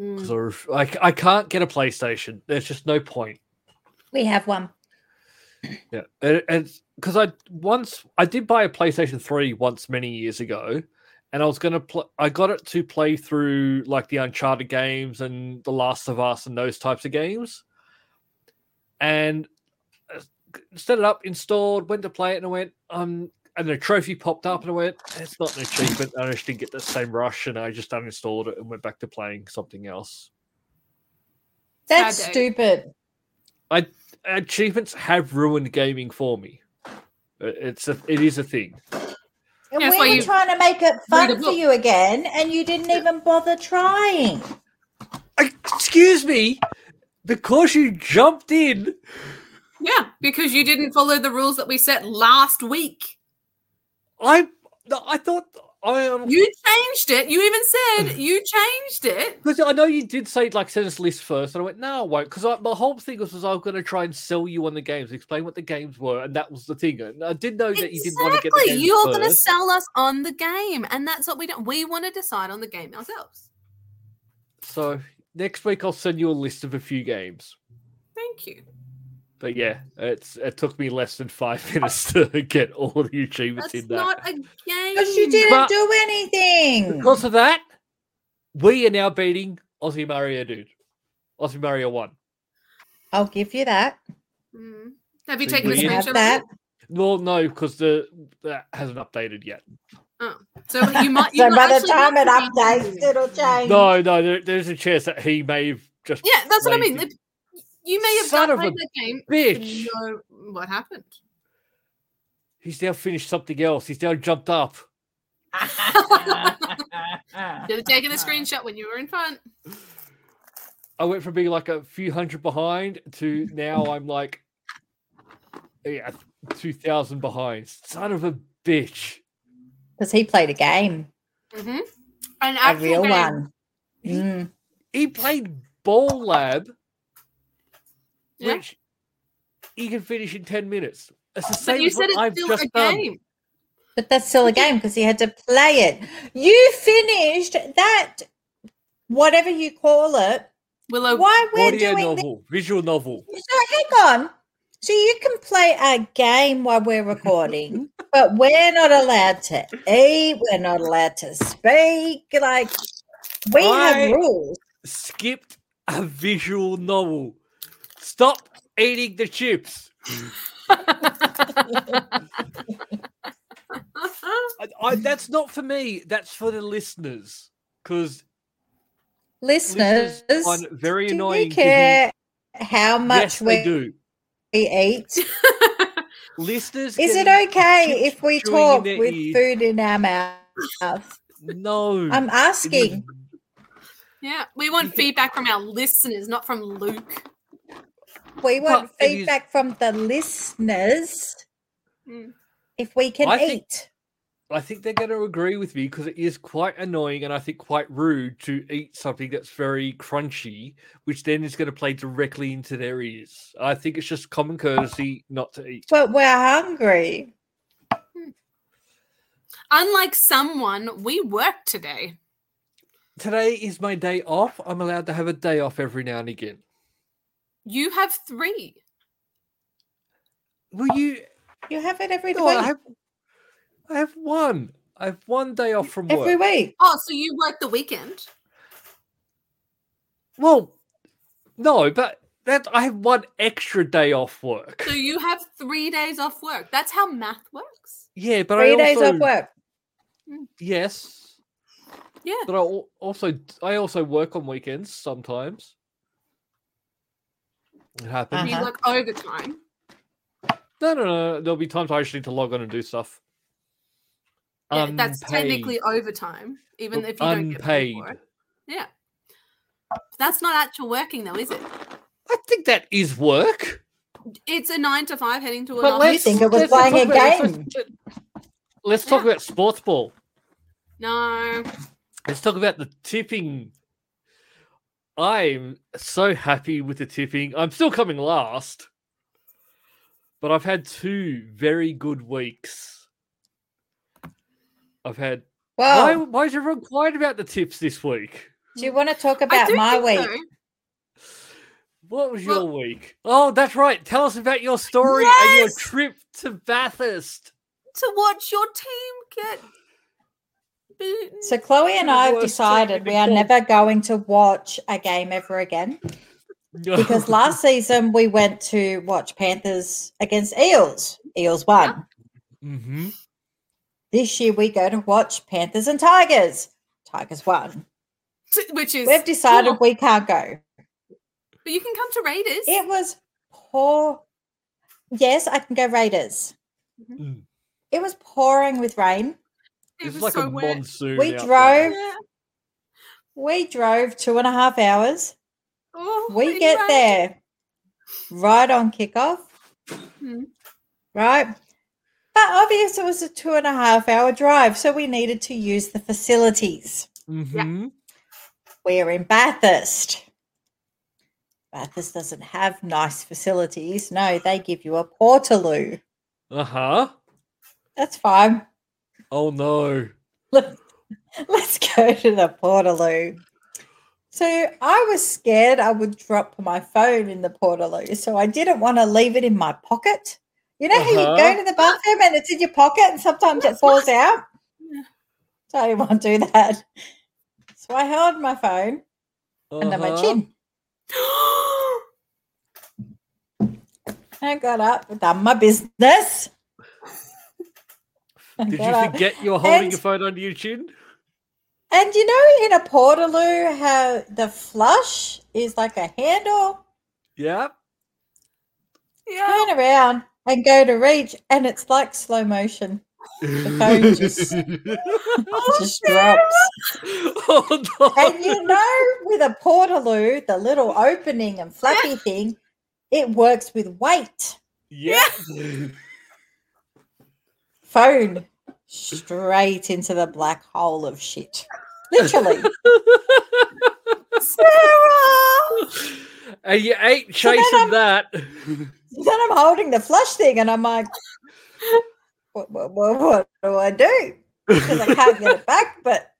Speaker 4: Mm.
Speaker 1: because I, ref- I, c- I can't get a PlayStation. There's just no point.
Speaker 3: We have one.
Speaker 1: Yeah, and because I once I did buy a PlayStation Three once many years ago, and I was gonna play. I got it to play through like the Uncharted games and The Last of Us and those types of games, and uh, set it up, installed, went to play it, and I went um. And the trophy popped up, and I went, "It's not an achievement." I just didn't get the same rush, and I just uninstalled it and went back to playing something else.
Speaker 3: That's
Speaker 4: Sad day.
Speaker 3: stupid.
Speaker 1: I achievements have ruined gaming for me. It- It's a, it is a thing.
Speaker 3: And
Speaker 4: Yeah, that's
Speaker 3: we
Speaker 4: why
Speaker 3: were
Speaker 4: you
Speaker 3: trying to make it
Speaker 4: read
Speaker 3: fun
Speaker 4: a
Speaker 3: for
Speaker 4: book.
Speaker 3: you again, and you didn't even bother trying.
Speaker 1: Excuse me, because you jumped in.
Speaker 4: Yeah, because you didn't follow the rules that we set last week.
Speaker 1: I I thought I um,
Speaker 4: You changed it. You even
Speaker 1: [laughs]
Speaker 4: said you changed it.
Speaker 1: because I know you did say like send us a list first, and I went no, I won't because my whole thing was, was I was going to try and sell you on the games, explain what the games were, and that was the thing. And I did know that you didn't want to get the
Speaker 4: Exactly.
Speaker 1: games
Speaker 4: You're going to
Speaker 1: first.
Speaker 4: sell us on the game, and that's what we don't. We want to decide on the game ourselves.
Speaker 1: So next week I'll send you a list of a few games.
Speaker 4: Thank you.
Speaker 1: But yeah, it's it took me less than five [laughs] minutes to get all the achievements
Speaker 4: That's
Speaker 1: in that.
Speaker 4: not a game.
Speaker 3: Because you didn't
Speaker 1: But-
Speaker 3: do anything.
Speaker 1: Because
Speaker 4: Mm.
Speaker 1: of that, we are now beating Aussie Mario Dude. Aussie Mario 1.
Speaker 3: I'll give you that.
Speaker 4: Mm. Have you
Speaker 1: So
Speaker 4: taken a
Speaker 1: you
Speaker 3: have
Speaker 4: screenshot of
Speaker 3: that.
Speaker 4: that?
Speaker 1: Well, no, because the that hasn't updated yet.
Speaker 4: So you
Speaker 3: [laughs]
Speaker 4: might. You
Speaker 3: So
Speaker 4: might
Speaker 3: by the
Speaker 4: actually
Speaker 3: time it
Speaker 4: not be doing
Speaker 3: updates, it'll change.
Speaker 1: No, no, there, there's a chance that he may have just
Speaker 4: [laughs] Yeah, that's what I mean.
Speaker 1: Lazy.
Speaker 4: Like, You may have
Speaker 1: Son of
Speaker 4: done
Speaker 1: a
Speaker 4: played that game.
Speaker 1: bitch.
Speaker 4: You know what
Speaker 1: [laughs]
Speaker 4: happened? [laughs]
Speaker 1: He's now finished something else. He's now jumped up.
Speaker 4: Should have taken a screenshot when you were in front.
Speaker 1: I went from being like a few hundred behind to now I'm like yeah, two thousand behind. Son of a bitch.
Speaker 3: Because he played a game,
Speaker 4: Mm-hmm. An
Speaker 3: a
Speaker 4: actual
Speaker 3: real
Speaker 4: game.
Speaker 3: one.
Speaker 4: Mm-hmm.
Speaker 3: Mm.
Speaker 1: He played Ball Lab,
Speaker 4: Yeah.
Speaker 1: which he can finish in ten minutes. It's the
Speaker 4: But
Speaker 1: same
Speaker 4: you
Speaker 1: as
Speaker 4: said
Speaker 1: what
Speaker 4: it's
Speaker 1: I've
Speaker 4: still
Speaker 1: just
Speaker 4: a
Speaker 1: done.
Speaker 4: game.
Speaker 3: But that's still a game because he had to play it. You finished that, whatever you call it.
Speaker 4: Willow.
Speaker 3: Why we're
Speaker 1: audio
Speaker 3: doing this?
Speaker 1: novel, visual novel.
Speaker 3: So hang on. So you can play a game while we're recording, but we're not allowed to eat. We're not allowed to speak. Like we
Speaker 1: I-
Speaker 3: have rules.
Speaker 1: Skipped a visual novel. Stop eating the chips. I, I, that's not for me. That's for the listeners. Because
Speaker 3: Listeners,
Speaker 1: listeners find it very
Speaker 3: do
Speaker 1: annoying.
Speaker 3: you
Speaker 1: to hear-
Speaker 3: care how much
Speaker 1: yes, they
Speaker 3: we
Speaker 1: do.
Speaker 3: eat?
Speaker 1: Listeners,
Speaker 3: Is it
Speaker 1: can-
Speaker 3: okay
Speaker 1: chips
Speaker 3: if we
Speaker 1: chewing in
Speaker 3: talk
Speaker 1: their
Speaker 3: with
Speaker 1: ear.
Speaker 3: food in our mouth?
Speaker 1: No.
Speaker 3: I'm asking.
Speaker 4: [laughs] yeah, we want feedback from our listeners, not from Luke.
Speaker 3: We want
Speaker 1: Well, it is-
Speaker 3: feedback from the listeners
Speaker 4: Mm.
Speaker 3: if we can
Speaker 1: I think-
Speaker 3: eat.
Speaker 1: I think they're going to agree with me because it is quite annoying and I think quite rude to eat something that's very crunchy, which then is going to play directly into their ears. I think it's just common courtesy not to eat.
Speaker 3: But we're hungry.
Speaker 4: Unlike someone, we work today.
Speaker 1: Today is my day off. I'm allowed to have a day off every now and again.
Speaker 4: You have three.
Speaker 1: Will you?
Speaker 3: You have it every
Speaker 1: No,
Speaker 3: week.
Speaker 1: I have. I have one. I have one day off from work.
Speaker 3: every week.
Speaker 4: Oh, so you work the weekend?
Speaker 1: Well, no, but that I have one extra day off work.
Speaker 4: So you have three days off work. That's how math works.
Speaker 1: Yeah, but
Speaker 3: Three
Speaker 1: I
Speaker 3: days
Speaker 1: also
Speaker 3: off work.
Speaker 1: yes,
Speaker 4: Yeah.
Speaker 1: but I al- also I also work on weekends sometimes. It happens.
Speaker 4: You
Speaker 3: Uh-huh.
Speaker 4: work overtime.
Speaker 1: No, no, no. There'll be times I actually need to log on and do stuff. Um,
Speaker 4: Yeah, that's
Speaker 1: Unpaid.
Speaker 4: technically overtime, even
Speaker 1: But
Speaker 4: if you don't get paid for
Speaker 1: unpaid.
Speaker 4: it. Yeah. That's not actual working though, is it?
Speaker 1: I think that is work.
Speaker 4: It's a nine to five heading to an
Speaker 1: But
Speaker 4: office.
Speaker 1: let's
Speaker 3: think it was
Speaker 1: let's not
Speaker 3: playing
Speaker 1: talk
Speaker 3: a
Speaker 1: about- let's- let's- Let's talk
Speaker 4: Yeah.
Speaker 1: about sports ball.
Speaker 4: No.
Speaker 1: Let's talk about the tipping. I'm so happy with the tipping. I'm still coming last, but I've had two very good weeks. I've had. Why,
Speaker 4: Oh.
Speaker 3: Well,
Speaker 1: why is everyone quiet about the tips this week?
Speaker 3: do you want to talk
Speaker 4: I
Speaker 3: about
Speaker 4: do
Speaker 3: my
Speaker 4: think
Speaker 3: week?
Speaker 4: so.
Speaker 1: What was
Speaker 4: Well-
Speaker 1: your week? Oh, that's right. Tell us about your story and your
Speaker 4: Yes!
Speaker 1: trip to Bathurst.
Speaker 4: to watch your team get beaten.
Speaker 3: So Chloe and
Speaker 1: You're the
Speaker 3: I have
Speaker 1: worst
Speaker 3: decided we are
Speaker 1: technical-
Speaker 3: never going to watch a game ever
Speaker 1: [laughs]
Speaker 3: again because last season we went to watch Panthers against Eels. Eels won.
Speaker 1: hmm
Speaker 3: This year we go to watch Panthers and Tigers. Tigers won.
Speaker 4: T- which is
Speaker 3: We've decided
Speaker 4: poor,
Speaker 3: we can't go.
Speaker 4: but you can come to Raiders.
Speaker 3: It was poor. Yes, I can go Raiders.
Speaker 1: Mm.
Speaker 3: It was pouring with rain.
Speaker 4: It
Speaker 1: It's
Speaker 4: was
Speaker 1: like
Speaker 4: so
Speaker 1: a
Speaker 4: wet.
Speaker 1: monsoon.
Speaker 3: We
Speaker 1: out there.
Speaker 3: drove.
Speaker 4: Yeah.
Speaker 3: We drove two and a half hours.
Speaker 4: Oh,
Speaker 3: We
Speaker 4: in
Speaker 3: get
Speaker 4: Raiders.
Speaker 3: there right on kickoff.
Speaker 4: Mhm.
Speaker 3: Right. But obvious it was a two and a half hour drive, so we needed to use the facilities.
Speaker 1: Mhm.
Speaker 3: We're in Bathurst. Bathurst doesn't have nice facilities. No, they give you a portaloo.
Speaker 1: Uh huh.
Speaker 3: That's fine.
Speaker 1: Oh no.
Speaker 3: [laughs] Let's go to the portaloo. So I was scared I would drop my phone in the portaloo, so I didn't want to leave it in my pocket. You know how you
Speaker 1: Uh-huh.
Speaker 3: go to the bathroom and it's in your pocket, and sometimes it
Speaker 1: [laughs]
Speaker 3: falls out.
Speaker 4: Yeah.
Speaker 3: So I didn't want to do that. So I held my phone under my
Speaker 1: Uh-huh.
Speaker 3: chin. I got up, done
Speaker 1: [laughs]
Speaker 3: my business. I
Speaker 1: Did
Speaker 3: got
Speaker 1: you
Speaker 3: up.
Speaker 1: forget you were holding
Speaker 3: And-
Speaker 1: your phone under your chin?
Speaker 3: And you know, in a portaloo, how the flush is like a handle, [laughs]
Speaker 1: Yeah.
Speaker 4: [gasps]
Speaker 3: [gasps]
Speaker 4: yeah.
Speaker 3: turn around and go to reach, and it's like slow motion. phone just- [laughs] It just drops.
Speaker 1: oh no.
Speaker 3: And you know, with a portaloo, the little opening and flappy thing, it works with weight.
Speaker 1: yeah.
Speaker 3: Phone straight into the black hole of shit. Literally.
Speaker 1: [laughs] and you ain't
Speaker 3: So then
Speaker 1: chasing
Speaker 3: I'm-
Speaker 1: that.
Speaker 3: then I'm holding the flush thing and I'm like, what, what, what, what do I do?
Speaker 1: [laughs]
Speaker 3: Because I can't get it back. But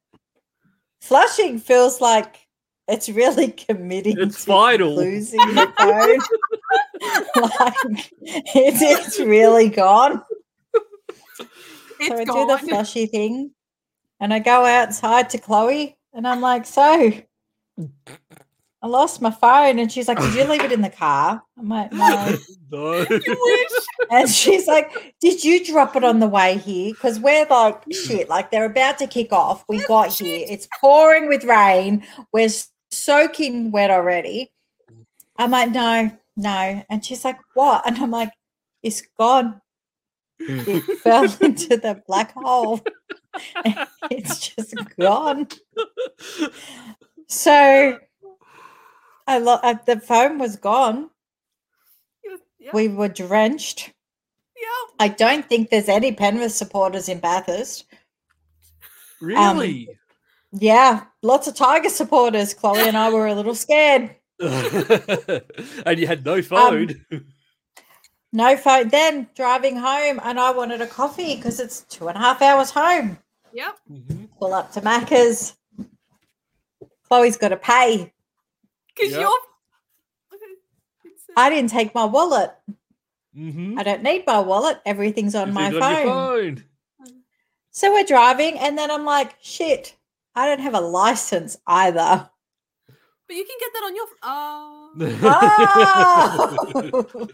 Speaker 3: flushing feels like it's really [laughs] committing.
Speaker 1: It's
Speaker 3: to
Speaker 1: vital.
Speaker 3: Losing your phone. [laughs] like it's, it's really gone. so I
Speaker 4: It's
Speaker 3: do the
Speaker 4: [laughs] gone.
Speaker 3: flushy thing and I go outside to Chloe and I'm like, so I lost my phone. And she's like, did you leave it in the car? I'm like, [laughs] no.
Speaker 1: no.
Speaker 4: You wish.
Speaker 3: And she's like, Did you drop it on the way here? Because we're like, shit, like they're about to kick off. We got here. It's pouring with rain. We're s- soaking wet already. I'm like, No, no. And she's like, What? And I'm like, It's gone. It fell into the black hole. [laughs] it's just gone. So I lo- uh, the phone was gone.
Speaker 4: Yeah.
Speaker 3: We were drenched.
Speaker 4: Yeah.
Speaker 3: I don't think there's any Penrith supporters in Bathurst.
Speaker 1: Really?
Speaker 3: Yeah, lots of Tiger supporters. Chloe and I were a little scared.
Speaker 1: and you
Speaker 3: um,
Speaker 1: had no phone.
Speaker 3: No phone. Then driving home, and I wanted a coffee because it's two and a half hours home.
Speaker 4: Yep.
Speaker 1: Mhm.
Speaker 3: Pull up to Macca's. Chloe's got to pay.
Speaker 4: Because
Speaker 1: Yep.
Speaker 4: you're. Okay. It's, uh,
Speaker 3: I didn't take my wallet.
Speaker 1: Mhm.
Speaker 3: I don't need my wallet. Everything's on
Speaker 1: Is
Speaker 3: my
Speaker 1: it
Speaker 3: phone.
Speaker 1: your phone.
Speaker 3: So we're driving, and then I'm like, shit, I don't have a license
Speaker 1: [laughs]
Speaker 3: either.
Speaker 4: But you can get that on your. Oh.
Speaker 3: Oh! [laughs]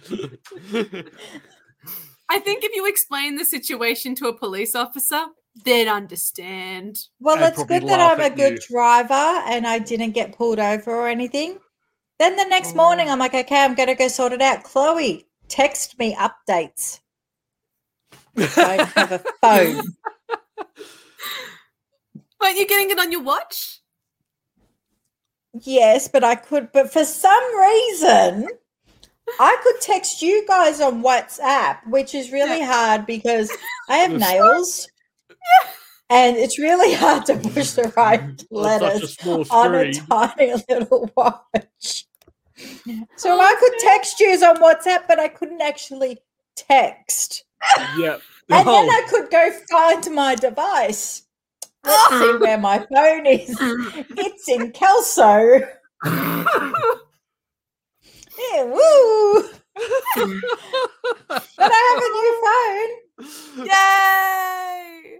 Speaker 4: I think if you explain the situation to a police officer, they'd understand.
Speaker 3: Well,
Speaker 1: I'd
Speaker 3: it's
Speaker 1: probably
Speaker 3: good that
Speaker 1: laugh
Speaker 3: I'm a
Speaker 1: at
Speaker 3: good
Speaker 1: you.
Speaker 3: driver and I didn't get pulled over or anything. Then the next morning,
Speaker 1: Oh.
Speaker 3: I'm like, okay, I'm going to go sort it out. Chloe, text me updates. I don't
Speaker 1: [laughs]
Speaker 3: have a phone.
Speaker 4: But you're getting it on your
Speaker 1: [laughs]
Speaker 4: watch?
Speaker 3: yes, but I could, but for some reason, I could text you guys on WhatsApp, which is really hard because I have
Speaker 1: Yes. [laughs]
Speaker 3: nails and it's really hard to push the right
Speaker 1: On such a
Speaker 3: letters.
Speaker 1: small
Speaker 3: on a
Speaker 1: screen.
Speaker 3: tiny [laughs] little watch. So I could text you on WhatsApp, but I couldn't actually text.
Speaker 1: Yeah.
Speaker 3: And
Speaker 1: Oh,
Speaker 3: then I could go find my device. Let's see where my phone is. It's in Kelso. Yeah, woo! but I have a new phone.
Speaker 4: Yay!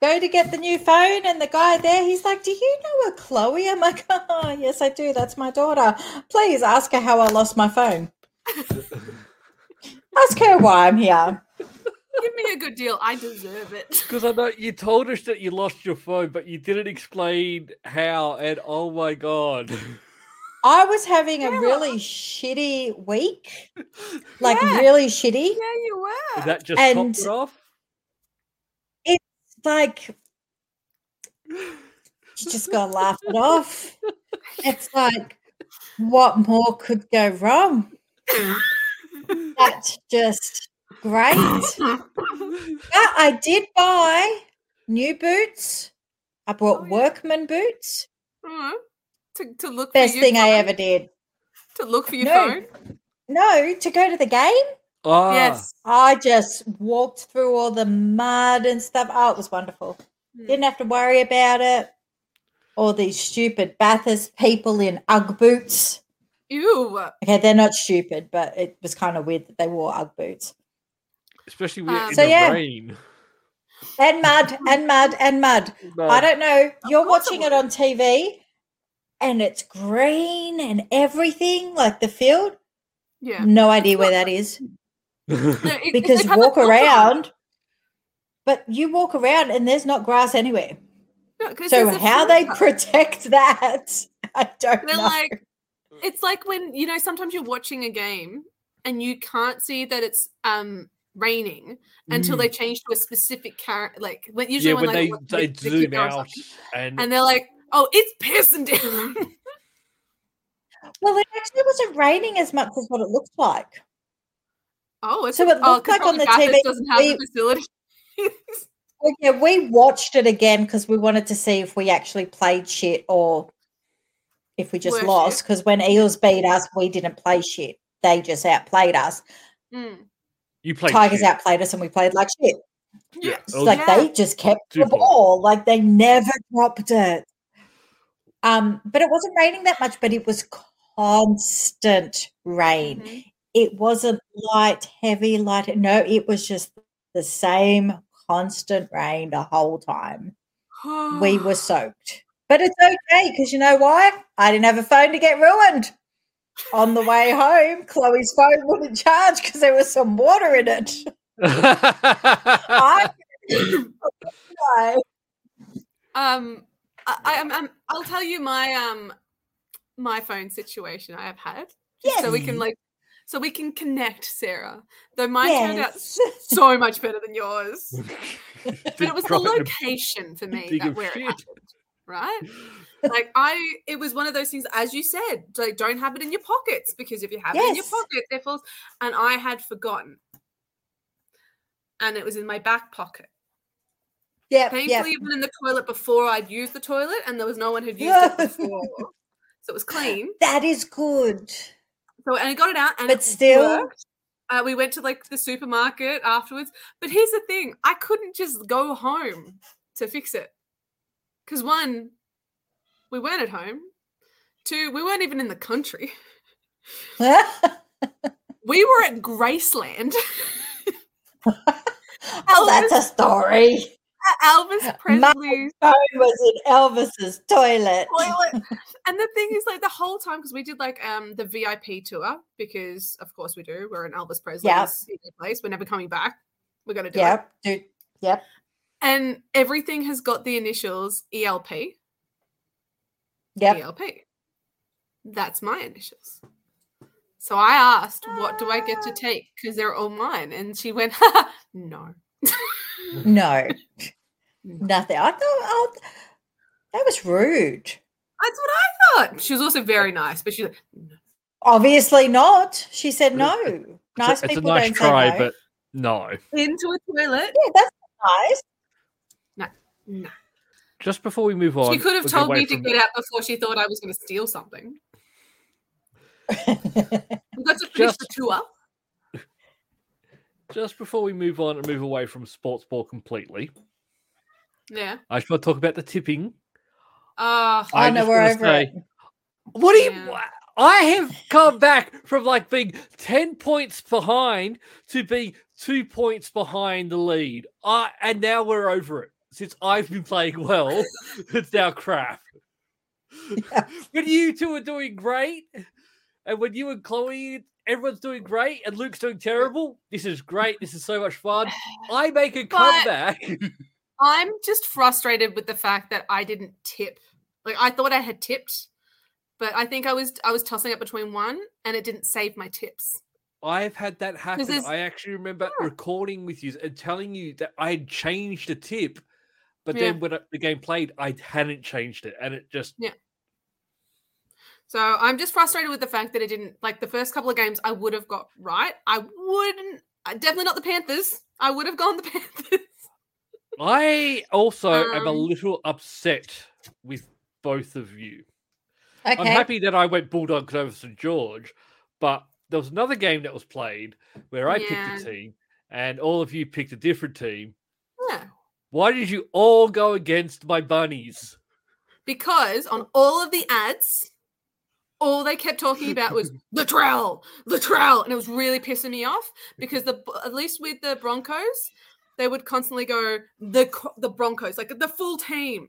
Speaker 3: Go to get the new phone, and the guy there, he's like, "Do you know a Chloe?" I'm like, [laughs] "Oh, yes, I do. That's my daughter. Please ask her how I lost my
Speaker 4: [laughs]
Speaker 3: phone. ask her why I'm here."
Speaker 4: Give me a good deal. I deserve it. [laughs]
Speaker 1: Because I know you told us that you lost your phone, but you didn't explain how. And oh my god, [laughs]
Speaker 3: I was having a really shitty week, like
Speaker 4: Yeah.
Speaker 3: really shitty.
Speaker 4: Yeah, you were.
Speaker 1: Is that just
Speaker 3: And-
Speaker 1: topped it off.
Speaker 3: like you just gotta laugh it off. It's like, what more could go wrong? That's just great. But I did buy new boots. I
Speaker 4: Oh,
Speaker 3: bought
Speaker 4: yeah.
Speaker 3: workman boots.
Speaker 4: Mhm. to, to look
Speaker 3: Best
Speaker 4: for your
Speaker 3: thing I
Speaker 4: phone-
Speaker 3: ever did.
Speaker 4: to look for your
Speaker 3: No.
Speaker 4: phone.
Speaker 3: No, to go to the game,
Speaker 1: Ah,
Speaker 4: Yes.
Speaker 3: I just walked through all the mud and stuff. Oh, it was wonderful.
Speaker 4: Hmm.
Speaker 3: Didn't have to worry about it. All these stupid Bathurst people in Ugg boots.
Speaker 4: Ew.
Speaker 3: Okay, they're not stupid, but it was kind of weird that they wore Ugg boots.
Speaker 1: especially when
Speaker 4: Um,
Speaker 1: in
Speaker 4: So,
Speaker 1: the
Speaker 3: yeah.
Speaker 1: rain.
Speaker 3: And mud, and mud, and mud. I don't know. You're
Speaker 4: course it
Speaker 3: watching it on TV and it's green and everything, like the field.
Speaker 4: Yeah.
Speaker 3: No idea where that is
Speaker 1: don't. [laughs]
Speaker 4: No, it- it- they
Speaker 3: because
Speaker 4: have a
Speaker 3: walk
Speaker 4: filter on it.
Speaker 3: around, but you walk around and there's not grass anywhere.
Speaker 4: No, 'cause
Speaker 3: So,
Speaker 4: there's a
Speaker 3: how [laughs] they
Speaker 4: filter.
Speaker 3: protect that, I don't
Speaker 4: They're
Speaker 3: know.
Speaker 4: like, it's like when you know sometimes you're watching a game and you can't see that it's um raining until they change to a specific character. Like when, usually
Speaker 1: Mm. yeah,
Speaker 4: when,
Speaker 1: when
Speaker 4: like,
Speaker 1: they,
Speaker 4: what-
Speaker 1: they
Speaker 4: the- the
Speaker 1: zoom
Speaker 4: keeper or
Speaker 1: out
Speaker 4: something,
Speaker 1: and,
Speaker 4: and they're like, oh, it's piercing down.
Speaker 3: Mm-hmm. well, it actually wasn't raining as much as what it looked like.
Speaker 4: [laughs] oh, it's
Speaker 3: So
Speaker 4: a-
Speaker 3: it
Speaker 4: oh,
Speaker 3: looked
Speaker 4: 'cause
Speaker 3: like on
Speaker 4: probably
Speaker 3: the
Speaker 4: Bathurst
Speaker 3: TV
Speaker 4: doesn't have the
Speaker 3: we-
Speaker 4: facility.
Speaker 3: Well, yeah, we watched it again because we wanted to see if we actually played shit or if we just
Speaker 4: Were shit.
Speaker 3: lost. Because when Eels beat us, we didn't play shit. They just outplayed us.
Speaker 4: Mm.
Speaker 1: you play
Speaker 3: Tigers
Speaker 1: shit.
Speaker 3: outplayed us and we played like shit.
Speaker 1: [laughs] Yeah,
Speaker 4: Yes.
Speaker 1: Oh, [laughs]
Speaker 3: Like
Speaker 4: yeah.
Speaker 3: they just kept the
Speaker 1: Two-point.
Speaker 3: ball. Like they never dropped it. Um, but it wasn't raining that much, but it was constant rain.
Speaker 4: Mhm.
Speaker 3: It wasn't light, heavy, light. No, it was just the same constant rain the whole time.
Speaker 4: Mm-hmm. Oh.
Speaker 3: we were soaked. But it's okay because you know why? I didn't have a phone to get ruined. On the way home, Chloe's phone wouldn't charge because there was some water in
Speaker 4: [laughs]
Speaker 3: it. I [laughs] I-
Speaker 4: um I, I, I'm, I'm, I'll tell you my um my phone situation I have had
Speaker 3: yes.
Speaker 4: so we can like so we can connect Sarah though mine turned out
Speaker 3: yes. [laughs]
Speaker 4: so much better than yours but
Speaker 1: Did
Speaker 4: it was the
Speaker 1: drop in a
Speaker 4: location for me
Speaker 1: dig
Speaker 4: that
Speaker 1: of
Speaker 4: where it
Speaker 1: shit.
Speaker 4: happened right like I it was one of those things as you said like don't have it in your pockets because if you have it in your
Speaker 3: Yes.
Speaker 4: pocket it falls and I had forgotten and it was in my back pocket
Speaker 3: Yep, yep.
Speaker 4: Thankfully, even in the toilet before I'd used the toilet, and there was no one who'd used it
Speaker 3: [laughs] Yeah.
Speaker 4: before, so it was clean.
Speaker 3: That is good. [laughs]
Speaker 4: So and I got it out, and
Speaker 3: But
Speaker 4: it
Speaker 3: still-
Speaker 4: worked. Uh, we went to like the supermarket afterwards. But here's the thing: I couldn't just go home to fix it because one, we weren't at home. Two, we weren't even in the country.
Speaker 3: oh,
Speaker 4: We were at Graceland. [laughs] Oh.
Speaker 3: that's a story.
Speaker 4: Elvis Presley's
Speaker 3: Phone was in Elvis's toilet. [laughs]
Speaker 4: toilet. and the thing is, like the whole time, because we did like um the VIP tour, because of course we do. We're in Elvis Presley's you know, place. We're never coming back. We're gonna do it.
Speaker 3: Yep. Dude. Yep.
Speaker 4: And everything has got the initials E ELP.
Speaker 3: Yep.
Speaker 4: ELP. E That's my initials. So I asked, "What do I get
Speaker 3: Ah.
Speaker 4: to take?" Because they're all mine, and she went, [laughs] "No." [laughs]
Speaker 3: No.
Speaker 4: No.
Speaker 3: Nothing. I thought oh, that was rude.
Speaker 4: That's what I thought. She was also very nice, but she's like, "No."
Speaker 3: Obviously not. She said
Speaker 1: It's
Speaker 3: no.
Speaker 1: a- it's
Speaker 3: nice
Speaker 1: a, it's a
Speaker 3: people
Speaker 1: nice
Speaker 3: don't
Speaker 1: try,
Speaker 3: say no.
Speaker 1: but no.
Speaker 4: into a toilet.
Speaker 3: yeah, that's nice.
Speaker 4: No.
Speaker 1: Just before we move on,
Speaker 4: She could have
Speaker 1: we'll
Speaker 4: told
Speaker 1: away
Speaker 4: me to
Speaker 1: from-
Speaker 4: get out before she thought I was going to steal something. We got to finish the tour.
Speaker 1: Just before we move on and move away from sports ball completely,
Speaker 4: Yeah.
Speaker 1: I just want to talk about the tipping.
Speaker 3: I
Speaker 4: Uh,
Speaker 1: I'm
Speaker 3: know
Speaker 1: just
Speaker 3: we're
Speaker 1: gonna
Speaker 3: over it.
Speaker 1: What do you?
Speaker 4: Yeah.
Speaker 1: wha- I have come back from like being 10 points behind to being two points behind the lead. I, and now we're over it. Since I've been playing well, [laughs] it's now crap. [laughs] When you two are doing great, and when you and Chloe, everyone's doing great, and Luke's doing terrible, this is great. This is so much fun. I make a
Speaker 4: But-
Speaker 1: comeback.
Speaker 4: I'm just frustrated with the fact that I didn't tip. Like I thought I had tipped, but I think I was I was tossing up between one and it didn't save my tips.
Speaker 1: I've had that happen.
Speaker 4: there's-
Speaker 1: I actually remember
Speaker 4: Yeah.
Speaker 1: recording with you and telling you that I had changed a tip, but
Speaker 4: Yeah.
Speaker 1: then when I- the game played, I hadn't changed it, and it just
Speaker 4: So I'm just frustrated with the fact that it didn't like the first couple of games I would have got right. I wouldn't I- definitely not the Panthers. I would have gone the [laughs] Panthers.
Speaker 1: I also am a
Speaker 4: Um,
Speaker 1: little upset with both of you. [laughs] I'm
Speaker 3: Okay.
Speaker 1: happy that I went Bulldogs over St George, but there was another game that was played where I
Speaker 4: Yeah.
Speaker 1: picked a team and all of you picked a different team.
Speaker 4: Yeah.
Speaker 1: Why did you all go against my bunnies?
Speaker 4: Because on all of the ads, all they kept talking about was Latrell, Latrell, and it was really pissing me off because the at least with the Broncos, they would constantly go the Co- the Broncos, like the full team.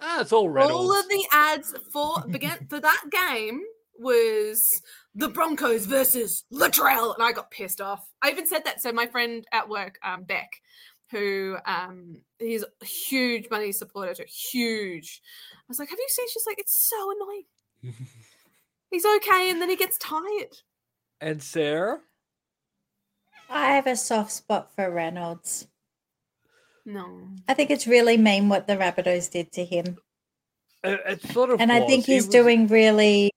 Speaker 1: Ah, it's all
Speaker 4: All
Speaker 1: Reynolds.
Speaker 4: of the ads for began for that game was the Broncos versus Latrell, and I got pissed off. I even said that. So my friend at work, um, Beck, who um, he's a huge money supporter, to huge. I was like, "Have you seen?" She's like, "It's so annoying."
Speaker 1: [laughs]
Speaker 4: He's okay, and then he gets tired.
Speaker 1: and Sarah?
Speaker 3: I have a soft spot for Reynolds.
Speaker 4: No,
Speaker 3: I think it's really mean what the Rabbitohs did to him.
Speaker 1: Uh, It sort of
Speaker 3: And I
Speaker 1: was.
Speaker 3: think
Speaker 1: It
Speaker 3: he's
Speaker 1: was-
Speaker 3: doing really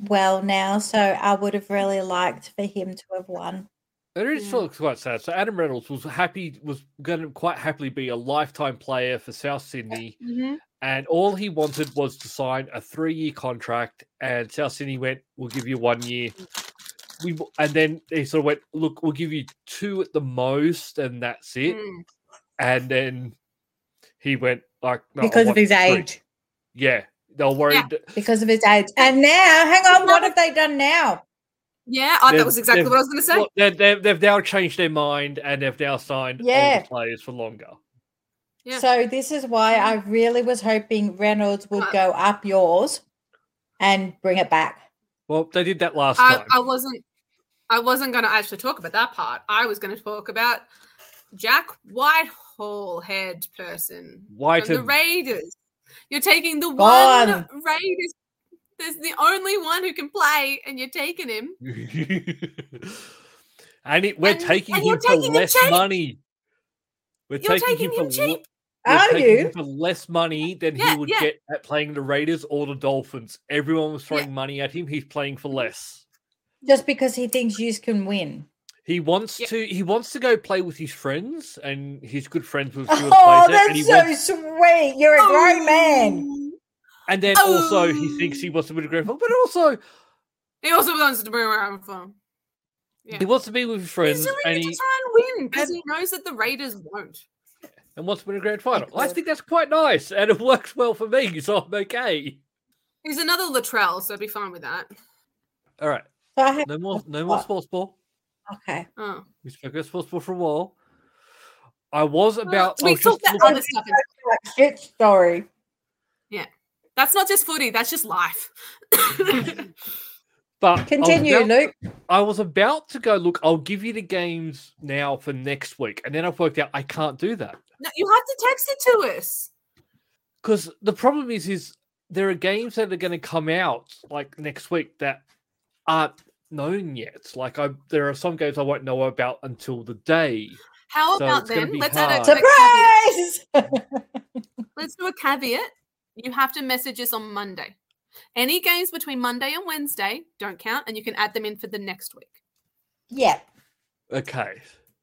Speaker 3: well now. So I would have really liked for him to have won.
Speaker 1: It is
Speaker 4: Yeah.
Speaker 1: still quite sad. So Adam Reynolds was happy was going to quite happily be a lifetime player for South Sydney, and all he wanted was to sign a three-year contract. And South Sydney went, "We'll give you one year." We w- and then they sort of went, "Look, we'll give you two at the most, and that's it."
Speaker 4: Mm.
Speaker 1: And then he went like, "No, I
Speaker 3: because of
Speaker 1: want
Speaker 3: his
Speaker 1: three."
Speaker 3: age.
Speaker 1: Yeah, they're worried.
Speaker 3: Because of his age. And now, hang on, what have they done now?
Speaker 4: yeah, I, that
Speaker 1: They've-
Speaker 4: was exactly
Speaker 1: they've-
Speaker 4: what I was going to say.
Speaker 1: Well, they they they've now changed their mind, and they've now signed
Speaker 3: Yeah.
Speaker 1: older players for longer.
Speaker 4: Yeah.
Speaker 3: So this is why I really was hoping Reynolds would
Speaker 4: Uh,
Speaker 3: go up yours and bring it back.
Speaker 1: Well, they did that last
Speaker 4: I,
Speaker 1: time.
Speaker 4: I wasn't I wasn't going to actually talk about that part. I was going to talk about Jack Whitehall head person
Speaker 1: White
Speaker 4: from the Raiders. You're taking the
Speaker 3: Gone.
Speaker 4: one Raiders. There's the only one who can play, and you're taking him.
Speaker 1: [laughs] and it, we're
Speaker 4: And-
Speaker 1: taking
Speaker 4: and you're
Speaker 1: him
Speaker 4: taking him
Speaker 1: for less
Speaker 4: cheap.
Speaker 1: money. We're
Speaker 4: You're
Speaker 1: taking, him, for,
Speaker 4: cheap.
Speaker 1: we're
Speaker 3: Are
Speaker 1: taking him
Speaker 3: you?
Speaker 1: for less money than
Speaker 4: Yeah,
Speaker 1: he would
Speaker 4: yeah.
Speaker 1: get at playing the Raiders or the Dolphins. Everyone was throwing money at him. He's playing
Speaker 4: Mm-hmm.
Speaker 1: for less.
Speaker 3: Just because he thinks you can win.
Speaker 1: He wants
Speaker 4: Yeah.
Speaker 1: to. He wants to go play with his friends, and he's good friends with a few of the
Speaker 3: [laughs] Oh,
Speaker 1: players there, and he Oh.
Speaker 3: that's so
Speaker 1: wants-
Speaker 3: sweet. You're a
Speaker 4: Oh.
Speaker 3: grown man.
Speaker 1: and then also he
Speaker 3: Oh.
Speaker 1: thinks he wants to be a grandfather, but also
Speaker 4: He also wants to bring where I'm from. Yeah.
Speaker 1: he wants to be with his
Speaker 4: He's
Speaker 1: friends, and
Speaker 4: really
Speaker 1: he
Speaker 4: to try and win because he knows that the Raiders won't.
Speaker 1: and wants to win a grand final. I
Speaker 3: Exactly.
Speaker 1: think that's quite nice, and it works well for me, [laughs] so I'm okay.
Speaker 4: He's another Latrell, so be fine with that.
Speaker 1: All right,
Speaker 3: So I have,
Speaker 1: no more, no more
Speaker 3: What?
Speaker 1: sports ball.
Speaker 3: okay.
Speaker 4: Oh.
Speaker 1: We spoke about sports ball for a while. I was about. I
Speaker 4: we
Speaker 1: was just
Speaker 4: talked that
Speaker 1: looking-
Speaker 4: other stuff. in-
Speaker 3: Like, Shit story.
Speaker 4: That's not just footy. That's
Speaker 1: [laughs]
Speaker 4: just life. [laughs]
Speaker 1: but I was
Speaker 3: Continue,
Speaker 1: about-
Speaker 3: Luke.
Speaker 1: I was about to go. Look, I'll give you the games now for next week, and then I've worked out I can't do that
Speaker 4: No, you have to text it to us.
Speaker 1: because the problem is, is there are games that are going to come out like next week that aren't known yet. Like I, there are some games I won't know about until the day.
Speaker 4: How
Speaker 1: So
Speaker 4: about
Speaker 1: it's gonna
Speaker 4: then?
Speaker 1: be
Speaker 4: Let's add a,
Speaker 1: hard.
Speaker 4: a caveat.
Speaker 3: Surprise!
Speaker 4: Let's do a caveat. You have to message us on Monday. Any games between Monday and Wednesday don't count, and you can add them in for the next week.
Speaker 3: yeah.
Speaker 1: Okay.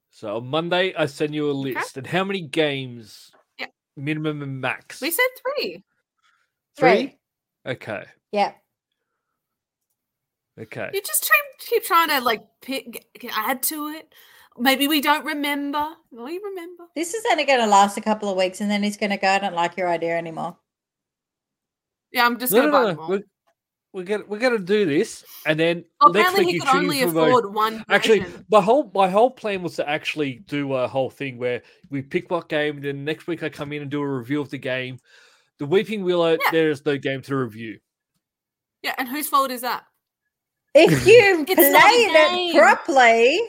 Speaker 1: So on Monday, I send you a list. And how many games?
Speaker 4: Yeah.
Speaker 1: Minimum and max.
Speaker 4: We said three.
Speaker 1: Three? Okay.
Speaker 3: Yeah.
Speaker 1: Okay.
Speaker 4: You just try, keep trying to like pick, g- add to it. Maybe we don't remember. We remember.
Speaker 3: This is only going to last a couple of weeks, and then he's going to go. I don't like your idea anymore.
Speaker 4: Yeah, I'm just
Speaker 1: No,
Speaker 4: gonna
Speaker 1: no,
Speaker 4: buy
Speaker 1: no,
Speaker 4: them
Speaker 1: no,
Speaker 4: all.
Speaker 1: we're- we're gonna we're gonna do this, and then next
Speaker 4: Oh, Apparently,
Speaker 1: week
Speaker 4: he
Speaker 1: you
Speaker 4: could only
Speaker 1: choose from a-
Speaker 4: afford one.
Speaker 1: Actually,
Speaker 4: version.
Speaker 1: my whole my whole plan was to actually do a whole thing where we pick what game, and then next week I come in and do a review of the game. The Weeping Willow,
Speaker 4: Yeah.
Speaker 1: there is no game to review. [laughs]
Speaker 4: yeah. And whose fault is that?
Speaker 1: [laughs]
Speaker 3: If you played
Speaker 4: It's not a
Speaker 3: it
Speaker 4: game.
Speaker 3: properly,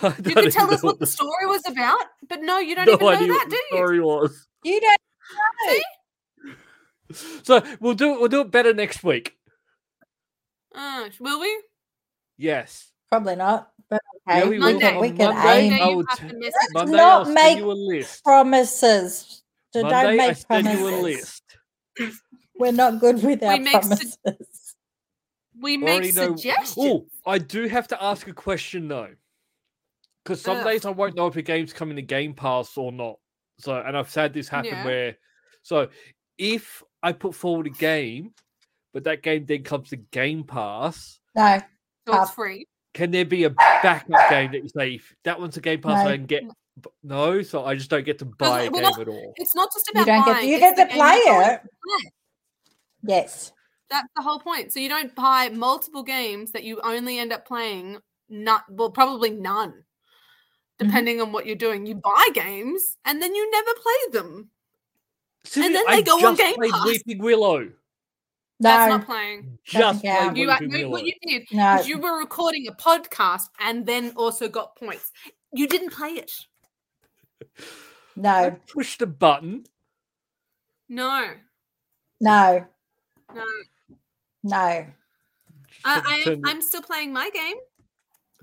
Speaker 1: I
Speaker 4: You
Speaker 1: don't
Speaker 4: could tell
Speaker 1: even
Speaker 4: us
Speaker 1: know
Speaker 4: what the story was about, but no, you
Speaker 1: [laughs]
Speaker 4: don't
Speaker 1: no
Speaker 4: even know
Speaker 1: idea
Speaker 4: that,
Speaker 1: what
Speaker 4: do
Speaker 1: the
Speaker 4: you?
Speaker 1: story was.
Speaker 3: you don't.
Speaker 1: So we'll do it. We'll do it better next week.
Speaker 4: Uh, will we?
Speaker 1: Yes.
Speaker 3: Probably not. But
Speaker 1: Yeah,
Speaker 3: okay,
Speaker 1: we will.
Speaker 4: Monday.
Speaker 3: we can
Speaker 1: Monday,
Speaker 4: Monday,
Speaker 3: aim
Speaker 1: I
Speaker 4: you
Speaker 1: would
Speaker 4: have
Speaker 1: t-
Speaker 4: to message.
Speaker 1: Monday,
Speaker 3: not
Speaker 1: I'll
Speaker 3: make
Speaker 1: send you a list.
Speaker 3: promises. So
Speaker 1: Monday,
Speaker 3: don't
Speaker 1: I
Speaker 3: make
Speaker 1: send
Speaker 3: promises.
Speaker 1: you a list.
Speaker 3: We're not good with
Speaker 4: We
Speaker 3: our
Speaker 4: make
Speaker 3: promises. [laughs]
Speaker 4: sug- We make
Speaker 1: Already know.
Speaker 4: suggestions.
Speaker 1: Oh, I do have to ask a question though, because some
Speaker 4: Ugh.
Speaker 1: days I won't know if a game's coming to Game Pass or not. So, and I've had this happen
Speaker 4: Yeah.
Speaker 1: where, so if I put forward a game, but that game then comes to Game Pass,
Speaker 3: no,
Speaker 4: So it's
Speaker 3: Uh,
Speaker 4: free.
Speaker 1: can there be a backup game that you say if that one's a Game Pass?
Speaker 3: No.
Speaker 1: I can get b- no, so I just don't get to buy a
Speaker 4: we're
Speaker 1: game
Speaker 4: not-
Speaker 1: at all.
Speaker 4: It's not just about
Speaker 3: you don't get.
Speaker 4: buying,
Speaker 3: you
Speaker 4: it's
Speaker 3: get
Speaker 4: the
Speaker 3: to
Speaker 4: game
Speaker 3: play
Speaker 4: you're buying.
Speaker 3: it. Yes.
Speaker 4: That's the whole point. So you don't buy multiple games that you only end up playing not well, probably none,
Speaker 3: Mm-hmm.
Speaker 4: depending on what you're doing. You buy games and then you never play them.
Speaker 1: Sydney,
Speaker 4: then
Speaker 1: I
Speaker 4: they go on
Speaker 1: just
Speaker 4: Game
Speaker 1: played
Speaker 4: Pass.
Speaker 1: Weeping Willow.
Speaker 4: That's
Speaker 3: No.
Speaker 4: not playing.
Speaker 1: Just
Speaker 3: count.
Speaker 1: played
Speaker 4: You,
Speaker 1: Weeping
Speaker 4: no,
Speaker 1: Willow.
Speaker 4: what you did
Speaker 3: No.
Speaker 4: is you were recording a podcast and then also got points. You didn't play it.
Speaker 1: I
Speaker 3: No.
Speaker 1: pushed a button.
Speaker 4: No,
Speaker 3: No.
Speaker 4: no.
Speaker 3: No.
Speaker 4: I, I,
Speaker 1: turned it-
Speaker 4: I'm still playing my game.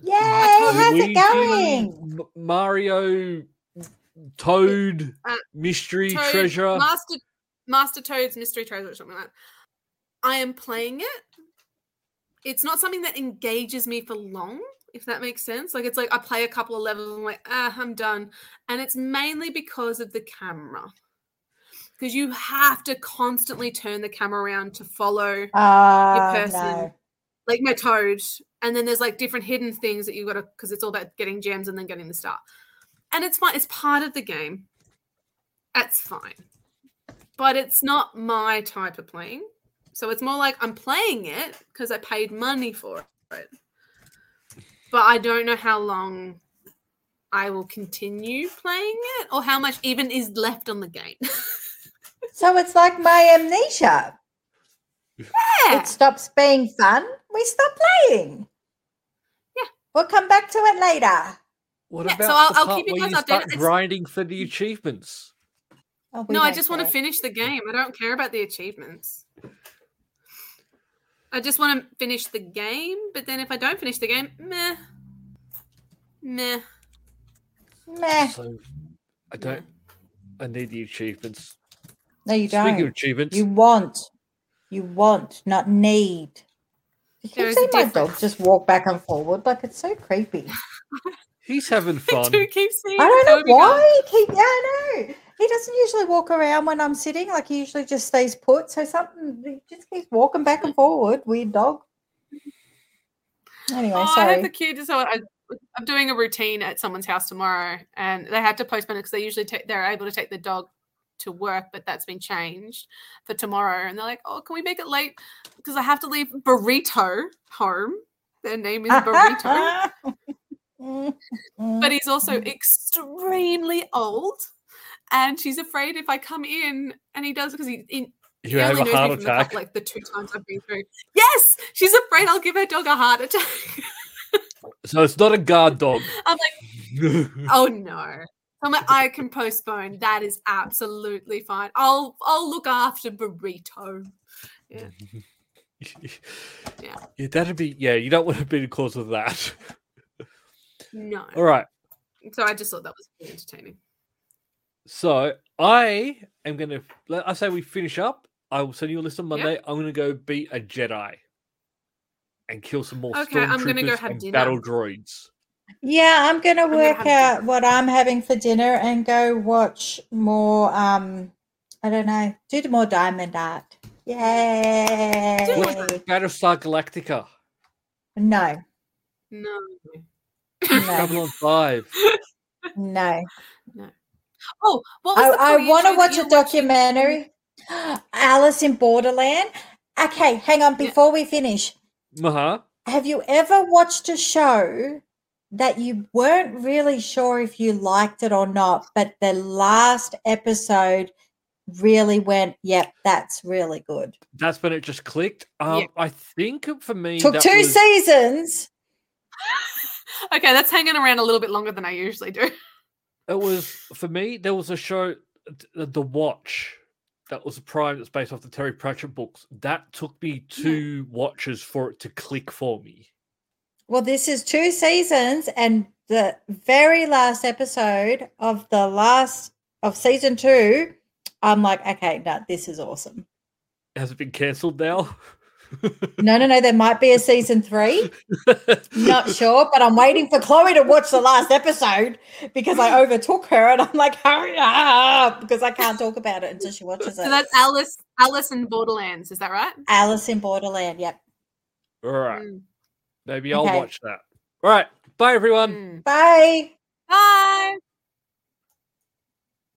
Speaker 3: Yay! How's
Speaker 1: Luigi,
Speaker 3: it going?
Speaker 1: M- Mario, Toad,
Speaker 4: Uh,
Speaker 1: Mystery
Speaker 4: Toad-
Speaker 1: Treasure.
Speaker 4: Master Master Toad's Mystery Treasure or something like that. I am playing it. It's not something that engages me for long, if that makes sense. Like it's like I play a couple of levels and I'm like, ah, I'm done. And it's mainly because of the camera. Because you have to constantly turn the camera around to follow
Speaker 3: Ah,
Speaker 4: person.
Speaker 3: no.
Speaker 4: like my toad and then there's like different hidden things that you gotta because it's all about getting gems and then getting the star and it's fine it's part of the game that's fine but it's not my type of playing so it's more like i'm playing it because i paid money for it but i don't know how long i will continue playing it or how much even is left on the game [laughs]
Speaker 3: So it's like my amnesia.
Speaker 4: yeah.
Speaker 3: It stops being fun. We stop playing.
Speaker 4: Yeah.
Speaker 3: We'll come back to it later.
Speaker 1: what
Speaker 4: yeah, so
Speaker 1: about
Speaker 4: I'll-
Speaker 1: the
Speaker 4: I'll
Speaker 1: part
Speaker 4: keep you
Speaker 1: where
Speaker 4: guys
Speaker 1: you
Speaker 4: updated.
Speaker 1: start
Speaker 4: It's-
Speaker 1: grinding for the achievements?
Speaker 3: Oh, we
Speaker 4: No, I
Speaker 3: don't
Speaker 4: just want to
Speaker 3: care.
Speaker 4: finish the game. I don't care about the achievements. I just want to finish the game, but then if I don't finish the game, meh. Meh. [laughs]
Speaker 3: Meh.
Speaker 1: So I don't. I need the achievements.
Speaker 3: No, you
Speaker 1: Speaking of
Speaker 3: don't.
Speaker 1: achievements,
Speaker 3: You want. You want, not need. You can
Speaker 4: There is
Speaker 3: see
Speaker 4: a
Speaker 3: my dog
Speaker 4: difference.
Speaker 3: just walk back and forward. Like it's so
Speaker 4: [laughs]
Speaker 3: creepy.
Speaker 1: he's having
Speaker 4: I
Speaker 1: fun.
Speaker 4: do keep seeing
Speaker 3: I don't
Speaker 4: the
Speaker 3: know
Speaker 4: Toby girl.
Speaker 3: why. He, yeah, I know. He doesn't usually walk around when I'm sitting. Like he usually just stays put. So something he just keeps walking back and forward. Weird dog. Anyway,
Speaker 4: Oh, I
Speaker 3: sorry.
Speaker 4: had the kid. So I, I'm doing a routine at someone's house tomorrow, and they had to postpone it because they usually take, they're able to take the dog to work, but that's been changed for tomorrow. And they're like, "Oh, can we make it late? Because I have to leave Burrito home. Their
Speaker 3: [laughs]
Speaker 4: name is Burrito."
Speaker 1: Oh,
Speaker 4: but he's also
Speaker 3: Mm.
Speaker 4: extremely old and she's afraid if i come in and he does because he, he, he
Speaker 1: You have
Speaker 4: only
Speaker 1: a
Speaker 4: knows me
Speaker 1: heart
Speaker 4: from the cou-
Speaker 1: attack.
Speaker 4: like the two times i've been through yes she's afraid i'll give her dog a heart attack [laughs]
Speaker 1: So it's not a guard dog.
Speaker 4: i'm
Speaker 1: [laughs]
Speaker 4: like oh no I'm like, I can postpone. That is absolutely fine. I'll I'll look after burrito. Yeah.
Speaker 1: yeah, that'd be. Yeah, you don't want to be the cause of that. [laughs]
Speaker 4: No.
Speaker 1: All right.
Speaker 4: So I just thought that was really entertaining.
Speaker 1: So I am going to. I say we finish up. I will send you a list on
Speaker 4: Yeah.
Speaker 1: Monday. I'm going to go beat a Jedi and kill some more
Speaker 4: Okay, I'm gonna go
Speaker 1: stormtroopers
Speaker 4: have
Speaker 1: and
Speaker 4: dinner.
Speaker 1: battle droids.
Speaker 3: yeah, I'm gonna
Speaker 4: gonna
Speaker 3: work
Speaker 4: have
Speaker 3: out
Speaker 4: dinner.
Speaker 3: what I'm having for dinner and go watch more. Um, I don't know. Do more diamond art.
Speaker 1: Watch
Speaker 3: Yay!
Speaker 1: Battlestar Galactica,
Speaker 3: No,
Speaker 4: No. [laughs]
Speaker 3: no,
Speaker 1: Babylon Five.
Speaker 3: no.
Speaker 4: Oh, what was
Speaker 3: I,
Speaker 4: the
Speaker 3: I
Speaker 4: Korean
Speaker 3: want to watch
Speaker 4: show that you
Speaker 3: a
Speaker 4: watched with-
Speaker 3: documentary. [gasps] Alice in Borderland. Okay, hang on. Before we finish,
Speaker 1: Uh huh.
Speaker 3: have you ever watched a show that you weren't really sure if you liked it or not, but the last episode really went, yep, that's really good?
Speaker 1: That's when it just clicked. Um,
Speaker 4: Yeah.
Speaker 1: I think for me,
Speaker 3: Took
Speaker 1: that
Speaker 3: two
Speaker 1: was-
Speaker 3: seasons.
Speaker 4: Okay, that's hanging around a little bit longer than I usually do.
Speaker 1: it was for me. There was a show, th- The Watch, that was a prime that's based off the Terry Pratchett books. That took me two watches for it to click for me.
Speaker 3: Well, this is two seasons, and the very last episode of the last of season two, I'm like, okay, no, this is awesome.
Speaker 1: Has it been cancelled now? [laughs]
Speaker 3: No, no, no, there might be a season three.
Speaker 1: [laughs]
Speaker 3: Not sure, but I'm waiting for Chloe to watch the last episode because I overtook her and I'm like, hurry up because I can't talk about it until she watches it.
Speaker 4: So that's Alice, Alice in Borderlands. Is that right?
Speaker 3: Alice in Borderland. Yep.
Speaker 1: All right,
Speaker 4: Mm.
Speaker 1: maybe I'll
Speaker 3: Okay.
Speaker 1: Um, watch that. All right, bye everyone.
Speaker 4: Mm.
Speaker 3: Bye.
Speaker 4: Bye.